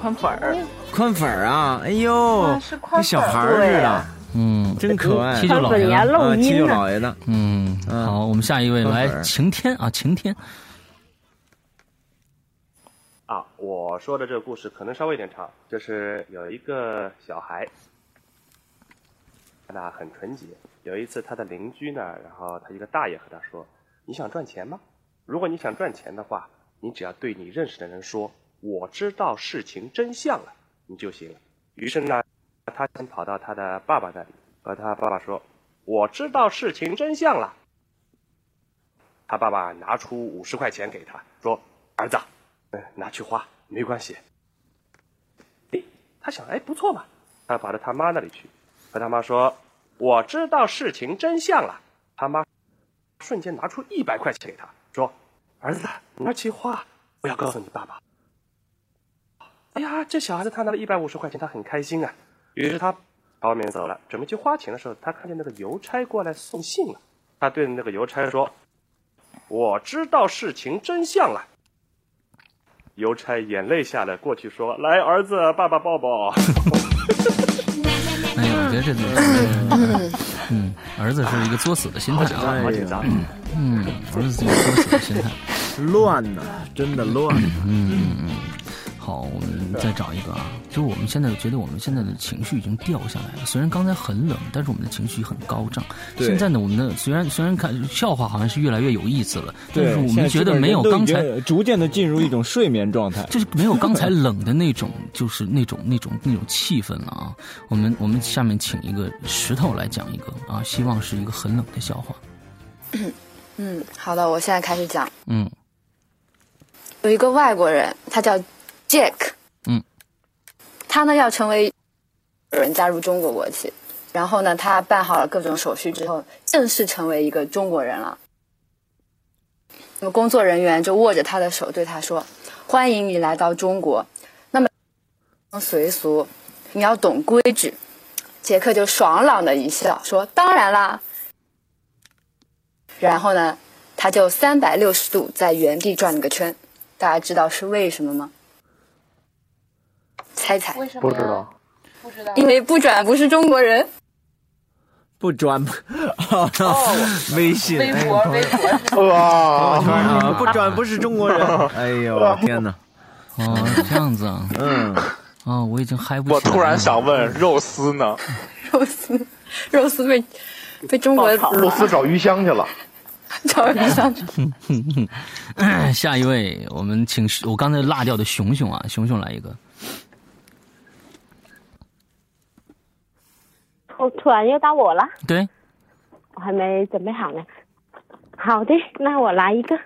宽粉儿，宽粉儿啊！哎呦啊是，跟宽小粉儿孩儿似对的啊，嗯，真可爱。七舅老爷啊呢七舅老爷的，嗯，好，我们下一位宽来粉儿晴天啊，晴天，啊，我说的这个故事可能稍微有点长，就是有一个小孩，他很纯洁。有一次，他的邻居呢，然后他一个大爷和他说：“你想赚钱吗？如果你想赚钱的话，你只要对你认识的人说‘我知道事情真相了’，你就行了。”于是呢，他先跑到他的爸爸那里，和他爸爸说：“我知道事情真相了。”他爸爸拿出五十块钱给他，说：“儿子，嗯，拿去花，没关系。”诶，他想，哎，不错嘛，他跑到他妈那里去，和他妈说：“我知道事情真相了。”他妈瞬间拿出一百块钱给他，说：“儿子，拿去花，不要告诉你爸爸。”哎呀，这小孩子他拿了一百五十块钱，他很开心啊。于是他朝外面走了，准备去花钱的时候，他看见那个邮差过来送信了。他对那个邮差说：“我知道事情真相了。”邮差眼泪下来，过去说：“来，儿子，爸爸抱 抱。哎呀，我觉得这怎么，嗯，儿子是一个作死的心态啊，好紧张好紧张嗯嗯，儿子是一个作死的心态，乱呐，真的乱。 嗯嗯，好，我们再找一个啊，就是我们现在觉得我们现在的情绪已经掉下来了，虽然刚才很冷，但是我们的情绪很高涨。对现在呢，我们的虽然虽然看笑话好像是越来越有意思了，但对是，我们觉得没有刚才。逐渐的进入一种睡眠状态，就是没有 刚才冷的那种，就是那种那种那种气氛了啊！我们我们下面请一个石头来讲一个啊，希望是一个很冷的笑话。嗯，好的，我现在开始讲。嗯有一个外国人，他叫 Jack，嗯，他呢要成为人加入中国国籍，然后呢，他办好了各种手续之后，正式成为一个中国人了。那么工作人员就握着他的手对他说：“欢迎你来到中国，那么随俗，你要懂规矩。”杰克就爽朗的一笑说：“当然啦。”然后呢，他就三百六十度在原地转了个圈，大家知道是为什么吗？猜猜？为什不知道，不知道，因为不转不是中国人。不转，哦微信、微博哎微朋友哇朋友圈啊，不转不是中国人。哎呦，天哪！哦，这样子啊，嗯，哦，我已经嗨不起我来了突然想问，肉丝呢？肉丝，肉丝被被中国肉丝找鱼香去了。找人上去。嗯下一位，我们请我刚才落掉的熊熊啊，熊熊来一个。哦，突然又到我了，对，我还没准备好呢。好的，那我来一个，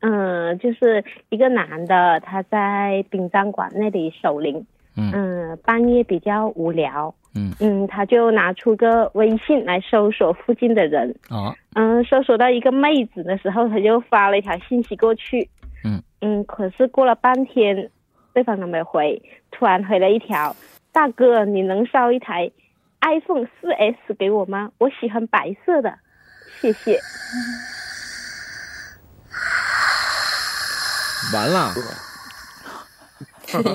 嗯，就是一个男的，他在殡葬馆那里守灵，嗯半夜比较无聊，嗯嗯，他就拿出个微信来搜索附近的人，啊，嗯，搜索到一个妹子的时候，他就发了一条信息过去。嗯嗯，可是过了半天，对方都没回，突然回了一条：“大哥，你能捎一台 iPhone 四 S 给我吗？我喜欢白色的，谢谢。完了，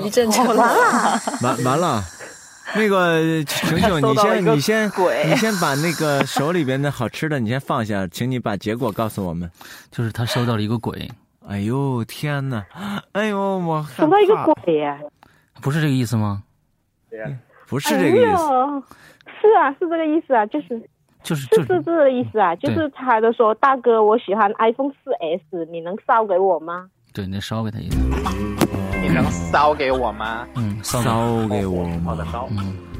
一阵沉默完了，完完了。那个晴他晴，搜你到了一先个你先鬼你先把那个手里边的好吃的你先放下，请你把结果告诉我们。就是他收到了一个鬼。哎呦天哪！ 哎呦我收到一个鬼呀、不是这个意思吗？不是哎呦，是啊，是这个意思啊，就是。就是是是这个意思啊，就对是他都说大哥，我喜欢 iPhone 四 S，你能捎给我吗？对，你捎给他一个，你嗯能骚给我吗？嗯，骚给我吗？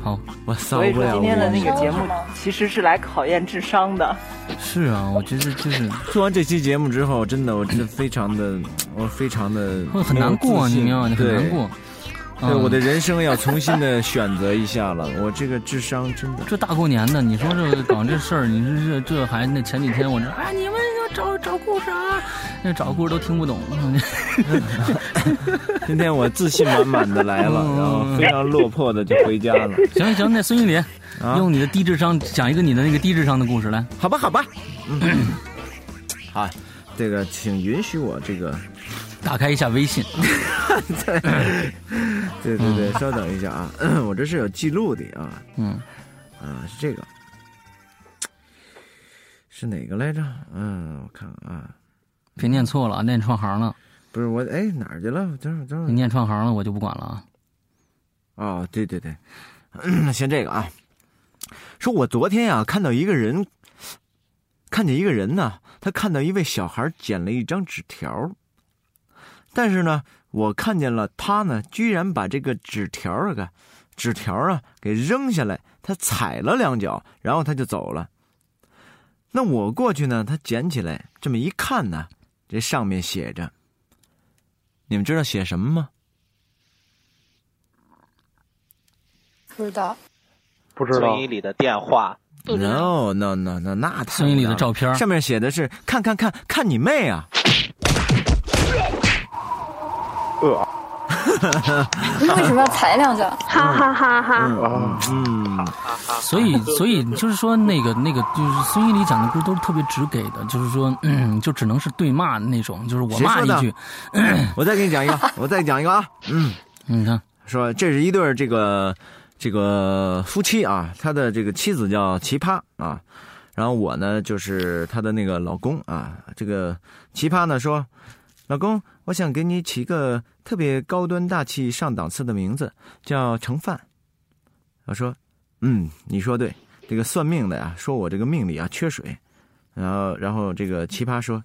好，我骚所以不说了今天的我那个节目吗其实是来考验智商的。是啊，我觉得就是做完这期节目之后，真的我真的非常的，我非常的会很难过啊你明白吗你很难对，过。对嗯我的人生要重新的选择一下了。我这个智商真的，这大过年的，你说这搞这事儿，你这这这还那前几天我这哎你们要找找故事啊，那找故事都听不懂。 今天我自信满满的来了，嗯然后非常落魄的就回家了。 啊 行行，那孙玉林，用你的低智商讲一个你的那个低智商的故事来。好吧，好吧，嗯，好，哎这个请允许我这个，打开一下微信。对对对，稍等一下啊， 我这是有记录的啊，嗯，啊是这个，是哪 个来着？嗯，我看看啊，别念错了，啊念串行了。不是我，哎，哪儿去了？等会儿，等会你念串行了，我就不管了啊。儿。哦，对对对，先这个啊，说我昨天呀、看到一个人，看见一个人呢，他看到一位小孩捡了一张纸条，但是呢，我看见了他呢，居然把这个纸条啊给纸条啊给扔下来，他踩了两脚，然后他就走了。那我过去呢，他捡起来，这么一看呢，这上面写着，你们知道写什么吗？不知道，不知道遵义里的电 话， No no no no，那太孙无俪的聊了照片上面写的是“看看看看你妹啊”，呃，啊 为什么要踩两脚？ 哈哈哈哈！嗯嗯，所 以，所以就是说，那个那个，就是孙一礼讲的故事都是特别直给的，就是说，嗯，就只能是对骂那种，就是我谁骂说的一句， 我再给你讲一个，我再讲一个啊，嗯，你看，说这是一对儿这个这个夫妻啊，他的这个妻子叫奇葩啊，然后我呢就是他的那个老公啊，这个奇葩呢说，老公，我想给你起一个特别高端大气上档次的名字，叫盛范。我说，嗯，你说对，这个算命的呀、说我这个命里啊缺水，然后然后这个奇葩说，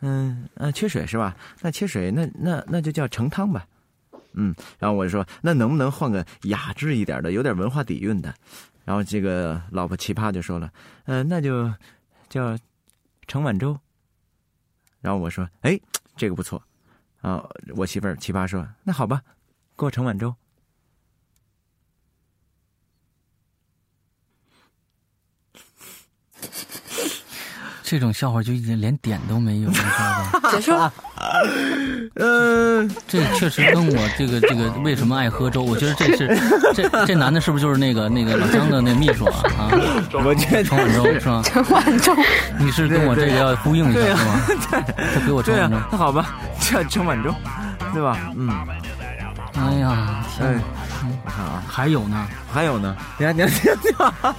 嗯啊缺水是吧？那缺水那那那就叫盛汤吧。嗯，然后我就说，那能不能换个雅致一点的，有点文化底蕴的？然后这个老婆奇葩就说了，呃，那就叫盛碗粥。然后我说，哎，这个不错。啊，我媳妇儿奇葩说：“那好吧，给我盛碗粥。”这种笑话就已经连点都没有，你知道吧？ 结束。 呃，这确实跟我这个这个为什么爱喝粥，我觉得这是这这男的是不是就是那个那个老姜的那秘书啊？啊， 我觉得盛碗粥是吧？盛碗粥，你是跟我这个要呼应一下对啊是吗？ 他给我盛对碗粥，啊，那好吧， 这盛碗粥，对吧？嗯，哎呀，天哎哪，嗯我看啊，还有呢，还有呢，你还你还 听吗？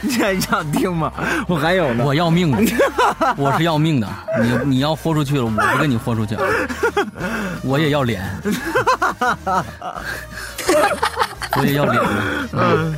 你还想听吗？ 我还有呢，我 要命的，我是要命的，你你要豁出去了，我不跟你豁出去啊，我也要 脸，我也要脸了。嗯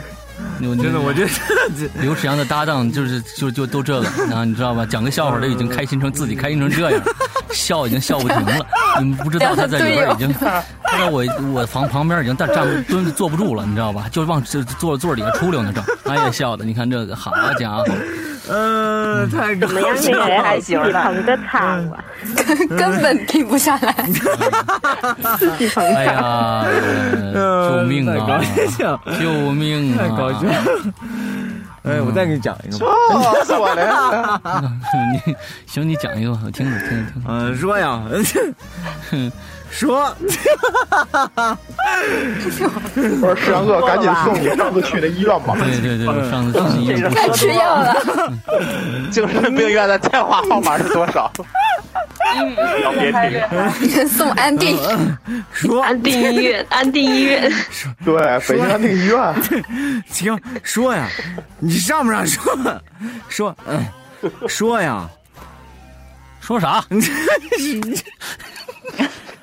真的，我觉得 刘志阳的搭档就是就就都这个啊，你知道吧？讲个笑话都已经开心成自己开心成这样，笑已经笑不停了。你们不知道他在里边已经，他在我我房旁边已经站站不蹲坐不住了，你知道吧？就往这坐座底下出溜呢，正。哎呀，笑的，你看这个，好啊家伙！嗯呃，太搞怎么样？笑那了，个自己捧个场啊， 根本停不下来。自己捧哎场。呀，救命太嗯啊搞！笑，救命啊！嗯太搞笑了。哎，我再给你讲一个吧。哦笑死 我了！ 你行，你讲一个吧，我听着听着听着。嗯，说 呀，说，我嗯说嗯世阳哥，赶紧送 你 上次去的医院吧。对对对，我上次去医院该吃药 了。精神病院的电话号码是多少？要别害提厉，害，送安定。说，安定医院，安定医院， 对，北京安定医院， 行，说呀，你让不让说？ 说，嗯，说呀，说啥？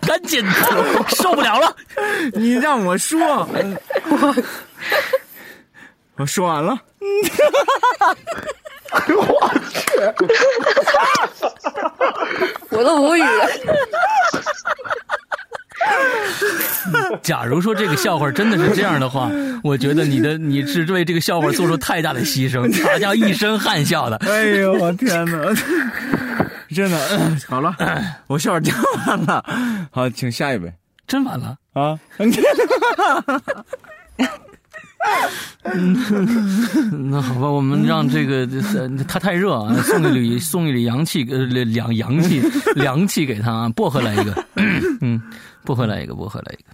赶紧的，受不了了。 你让我说，我我说完了。 我都无语了。假如说这个笑话真的是这样的话，我觉得你的你是为这个笑话做出太大的牺牲，大家一身汗笑的。 哎呦，我天哪！真的，嗯好了，我笑话讲完了。好，请下一位真完了，啊！ 那好吧，我们让这个呃他太热啊，送一 缕送一缕阳气，呃，两阳气凉气给他啊，薄荷来一个， 嗯，薄荷来一个，薄荷来一个，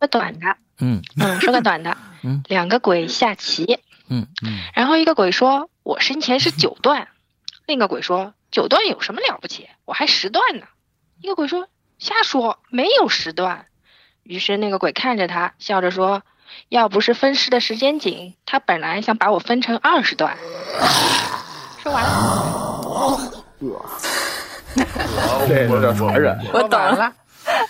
说短的，嗯嗯，说个短的，嗯两个鬼下棋，嗯嗯，然后一个鬼说：“我生前是九段。”另一个鬼说：“九段有什么了不起？我还十段呢。”一个鬼说：“瞎说，没有十段。”于是那个鬼看着他，笑着说：“要不是分尸的时间紧，他本来想把我分成二十段。”说完了，这有点残忍。我懂了，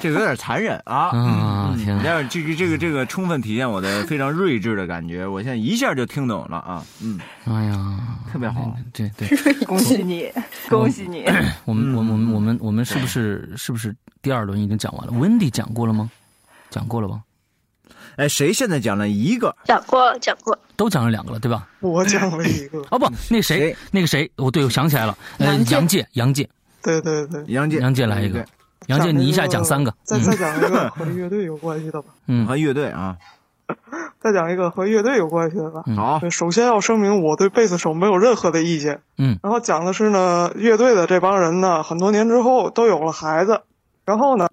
这个有点残忍啊！啊天哪，但是这个这个这个充分体现我的非常睿智的感觉，我现在一下就听懂了啊！嗯，哎呀，特别好。对对，恭喜你，恭喜 你！嗯我们我们我们我们我们是不是是不是第二轮已经讲完了？Wendy 讲过了吗？讲过了吧？哎，谁现在讲了一个？讲过讲过，都讲了两个了，对吧？我讲了一个，哦不，那谁谁那个谁，我对我想起来了，呃，杨介杨介对对对，杨姐，杨介来一个，杨讲介了你一下讲三个，再再讲一个和乐队有关系的吧，嗯和乐队啊，再讲一个和乐队有关系的吧。嗯好，对首先要声明，我对贝斯手没有任何的意见。嗯然后讲的是呢，乐队的这帮人呢，很多年之后都有了孩子，然后呢，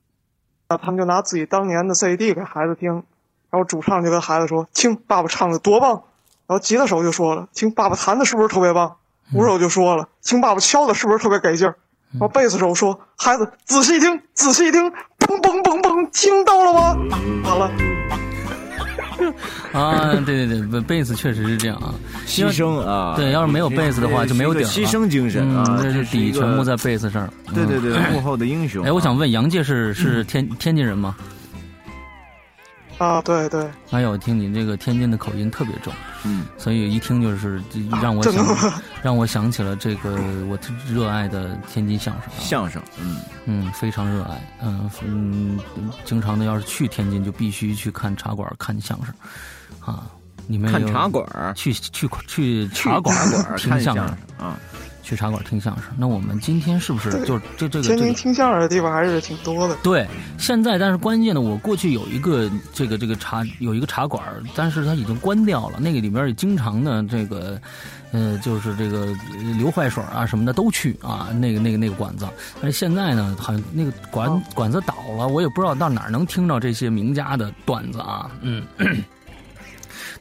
啊他们就拿自己当年的 CD 给孩子听，然后主唱就跟孩子说：“听爸爸唱的多棒。”然后吉他手就说了：“听爸爸弹的是不是特别棒？”鼓手就说了：“听爸爸敲的是不是特别给劲儿？”然后贝斯手说：“孩子，仔细听，仔细听，嘣嘣嘣嘣，听到了吗？”好了， 啊，对对对贝，贝斯确实是这样啊，牺牲啊，对，要是没有贝斯的话就没有底儿了，牺牲精神啊嗯，这是是一底个全部在贝斯上，嗯对对。对，幕后的英雄啊。嗯哎，我想问杨介是是天天津人吗？啊，对对，哎呦，我听你这个天津的口音特别重，嗯，啊所以一听就是这让我真的想吗 让我想起了这个我热爱的天津相声啊。相声，嗯，嗯，非常热爱，嗯嗯，经常的要是去天津就必须去看茶馆看相声，啊，里面看有茶馆儿，去去去茶馆茶馆儿听看相相声声，啊，去茶馆听相声。那我们今天是不是对就这这个这天津个？听相声的地方还是挺多的。对，现在但是关键的，我过去有一个这个这个茶有一个茶馆，但是它已经关掉了。那个里面也经常的这个，呃，就是这个流坏水啊什么的都去啊，那个那个那个馆子。但是现在呢，好像那个馆、馆子倒了，我也不知道到哪儿能听到这些名家的段子啊。嗯，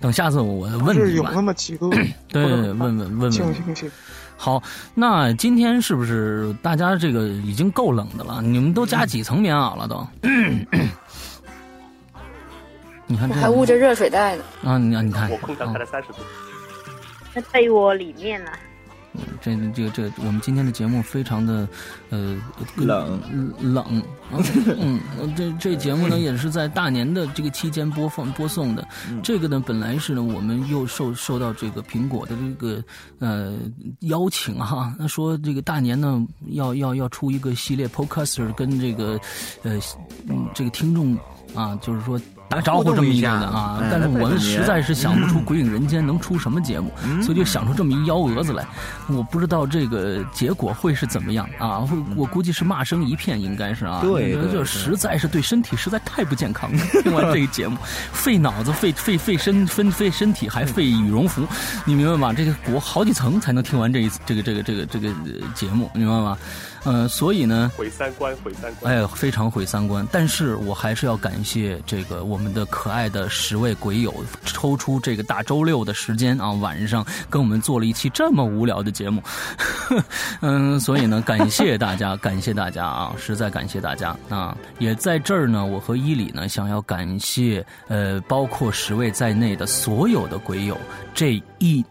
等下次我问是你有吧。，那么几个对，问问问问。庆幸幸。好，那今天是不是大家这个已经够冷的了？你们都加几层棉袄了 都？你看这我还捂着热水袋呢。啊，你啊你 看我空调开了三十度，在被窝里面 了。嗯这这个这个，我们今天的节目非常的呃冷冷，嗯，嗯这这节目呢也是在大年的这个期间播放播送的。嗯这个呢本来是呢我们又受受到这个苹果的这个呃邀请哈，那说这个大年呢要要要出一个系列 podcaster 跟这个呃嗯这个听众啊，就是说打招呼这么一个的啊互动一下，但是哎来我们拜个年实在是想不出《鬼影人间》能出什么节目，嗯所以就想出这么一幺蛾子来。我不知道这个结果会是怎么样啊，会我估计是骂声一片，应该是啊。嗯对对这对实在是对身体实在太不健康了。听完这个 节目，费脑子、费费费身、分费身体，还费羽绒服，你明白吗？这个裹好几层才能听完这一次这个这个这个这个呃节目，明白吗？呃，所以呢，毁三观，毁三观。哎，非常毁三观。但是我还是要感谢这个我们的可爱的十位鬼友，抽出这个大周六的时间啊，晚上跟我们做了一期这么无聊的节目。 嗯，所以呢，感谢大家，感谢大家啊，实在感谢大家啊！也在这儿呢，我和伊里呢，想要感谢呃，包括十位在内的所有的鬼友这一。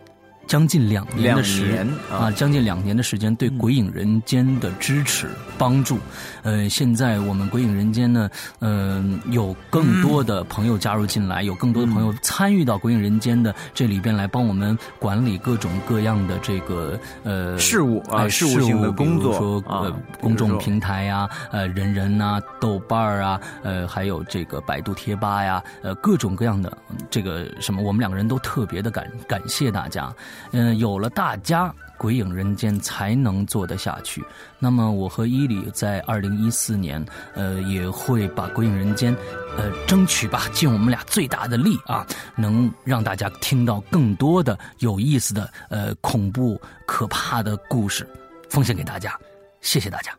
将近两年的时两年啊，将近两年的时间嗯对《鬼影人间》的支持、帮助。呃，现在我们《鬼影人间》呢，嗯、有更多的朋友加入进嗯来，有更多的朋友参与到《鬼影人间》的这里边来，帮我们管理各种各样的这个呃事务啊哎事事务性的工作比如说啊呃比如公众说平台呀、呃人人呐、豆瓣儿啊，呃还有这个百度贴吧呀，呃各种各样的嗯这个什么，我们两个人都特别的感感谢大家，嗯、有了大家。鬼影人间才能做得下去。那么，我和伊里在二零一四年，呃，也会把《鬼影人间》，呃，争取吧，尽我们俩最大的力啊，能让大家听到更多的有意思的、呃，恐怖可怕的故事，奉献给大家。谢谢大家，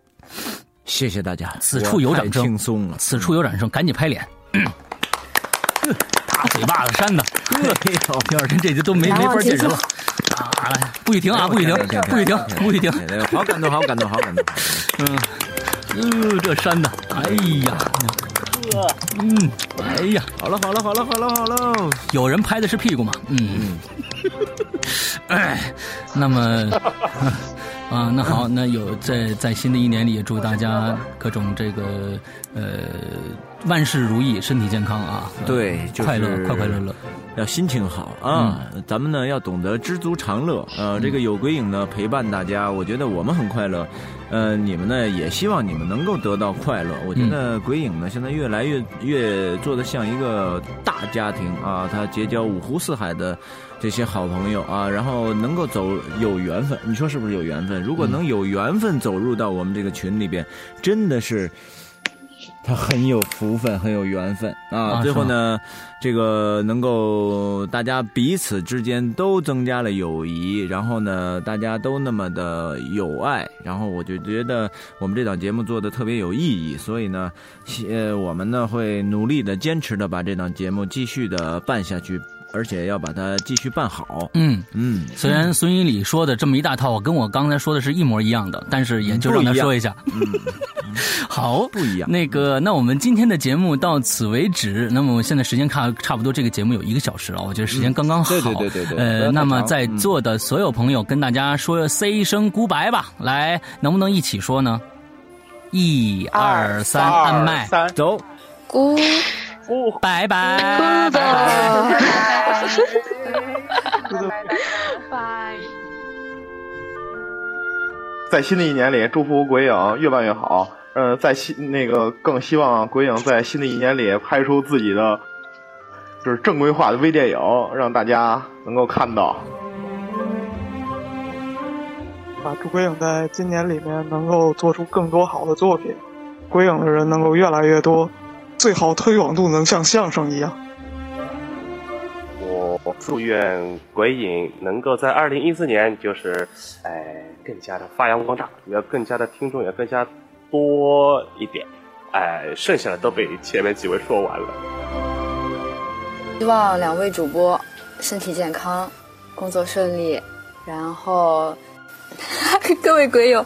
谢谢大家。此处有我太掌声，轻松了，嗯此处有掌声，赶紧 拍脸。大嘴巴子扇的，哎要是真这就都没没法见人了。啊，来，不许停啊，不许停，不许停，不许停！好感动，好感动，好感动。 嗯，呃，这扇的，哎呀，嗯，哎呀，好了，好了，好了，好了，好了。有人拍的是屁股嘛？嗯， 哎，那么。 啊，那好，那有在在新的一年里，也祝大家各种这个呃万事如意，身体健康啊！呃对，就是快乐，快快乐乐。嗯要心情好啊！咱们呢要懂得知足常乐。呃，这个有鬼影呢陪伴大家，我觉得我们很快乐。呃，你们呢也希望你们能够得到快乐。我觉得嗯鬼影呢现在越来越越做的像一个大家庭啊，它结交五湖四海的这些好朋友啊，然后能够走有缘分，你说是不是有缘分？如果嗯能有缘分走入到我们这个群里边，真的是。他很有福分，很有缘分啊！啊最后是吗呢，这个能够大家彼此之间都增加了友谊，然后呢，大家都那么的友爱，然后我就觉得我们这档节目做的特别有意义，所以呢，希呃，我们呢会努力的、坚持的把这档节目继续的办下去，而且要把它继续办好。嗯嗯，虽然孙一礼说的这么一大套，跟我刚才说的是一模一样的，但是也就让他说一下。嗯好，不一样。嗯那个，那我们今天的节目到此为止。那么我现在时间差差不多，这个节目有一个小时了，我觉得时间刚刚好。嗯对对对对对不要呃，太那么长在座的所有朋友，跟大家说 say 一声 goodbye 吧，来，能不能一起说呢？一二三，二按麦，走，咕咕，拜拜，拜拜。在新的一年里，祝福鬼影越办越好。嗯、在新那个更希望鬼影在新的一年里拍出自己的就是正规化的微电影，让大家能够看到。啊，祝鬼影在今年里面能够做出更多好的作品，鬼影的人能够越来越多，最好推广度能像相声一样。我祝愿鬼影能够在二零一四年，就是，哎，更加的发扬光大，也更加的听众也更加多一点，哎，剩下的都被前面几位说完了。希望两位主播身体健康，工作顺利，然后 各位鬼友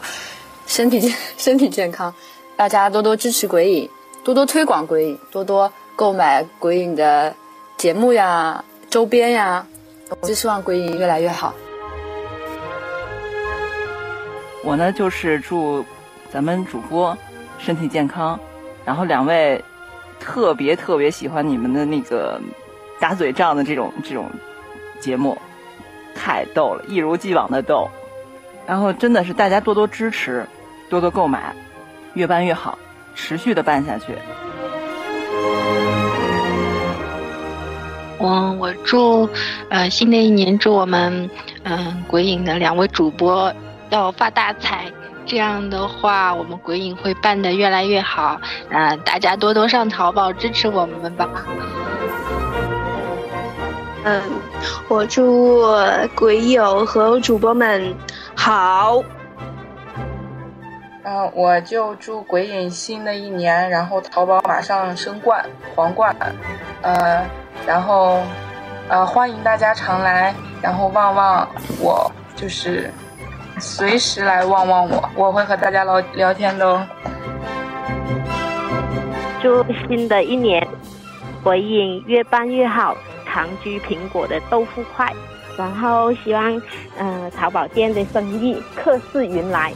身体健身体健康，大家多多支持鬼影，多多推广鬼影，多多购买鬼影的节目呀、周边呀，我就希望鬼影越来越好。我呢就是祝咱们主播身体健康，然后两位特别特别喜欢你们的那个打嘴仗的这种这种节目，太逗了，一如既往的逗。然后真的是大家多多支持，多多购买，越办越好，持续的办下去。嗯，我祝呃新的一年祝我们嗯、鬼影的两位主播要发大财。这样的话，我们鬼影会办得越来越好。嗯、大家多多上淘宝支持我们吧。嗯，我祝鬼友和主播们好。嗯，我就祝鬼影新的一年，然后淘宝马上升冠皇冠，呃，然后呃欢迎大家常来，然后旺旺我就是随时来旺旺我，我会和大家聊聊天的哦。祝新的一年鬼影越办越好，长居苹果的豆腐块，然后希望呃淘宝店的生意客似云来，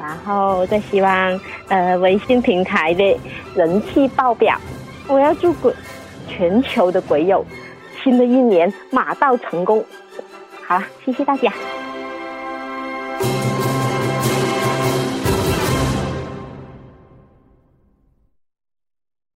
然后再希望呃微信平台的人气爆表。我要祝鬼全球的鬼友新的一年马到成功。好了，谢谢大家。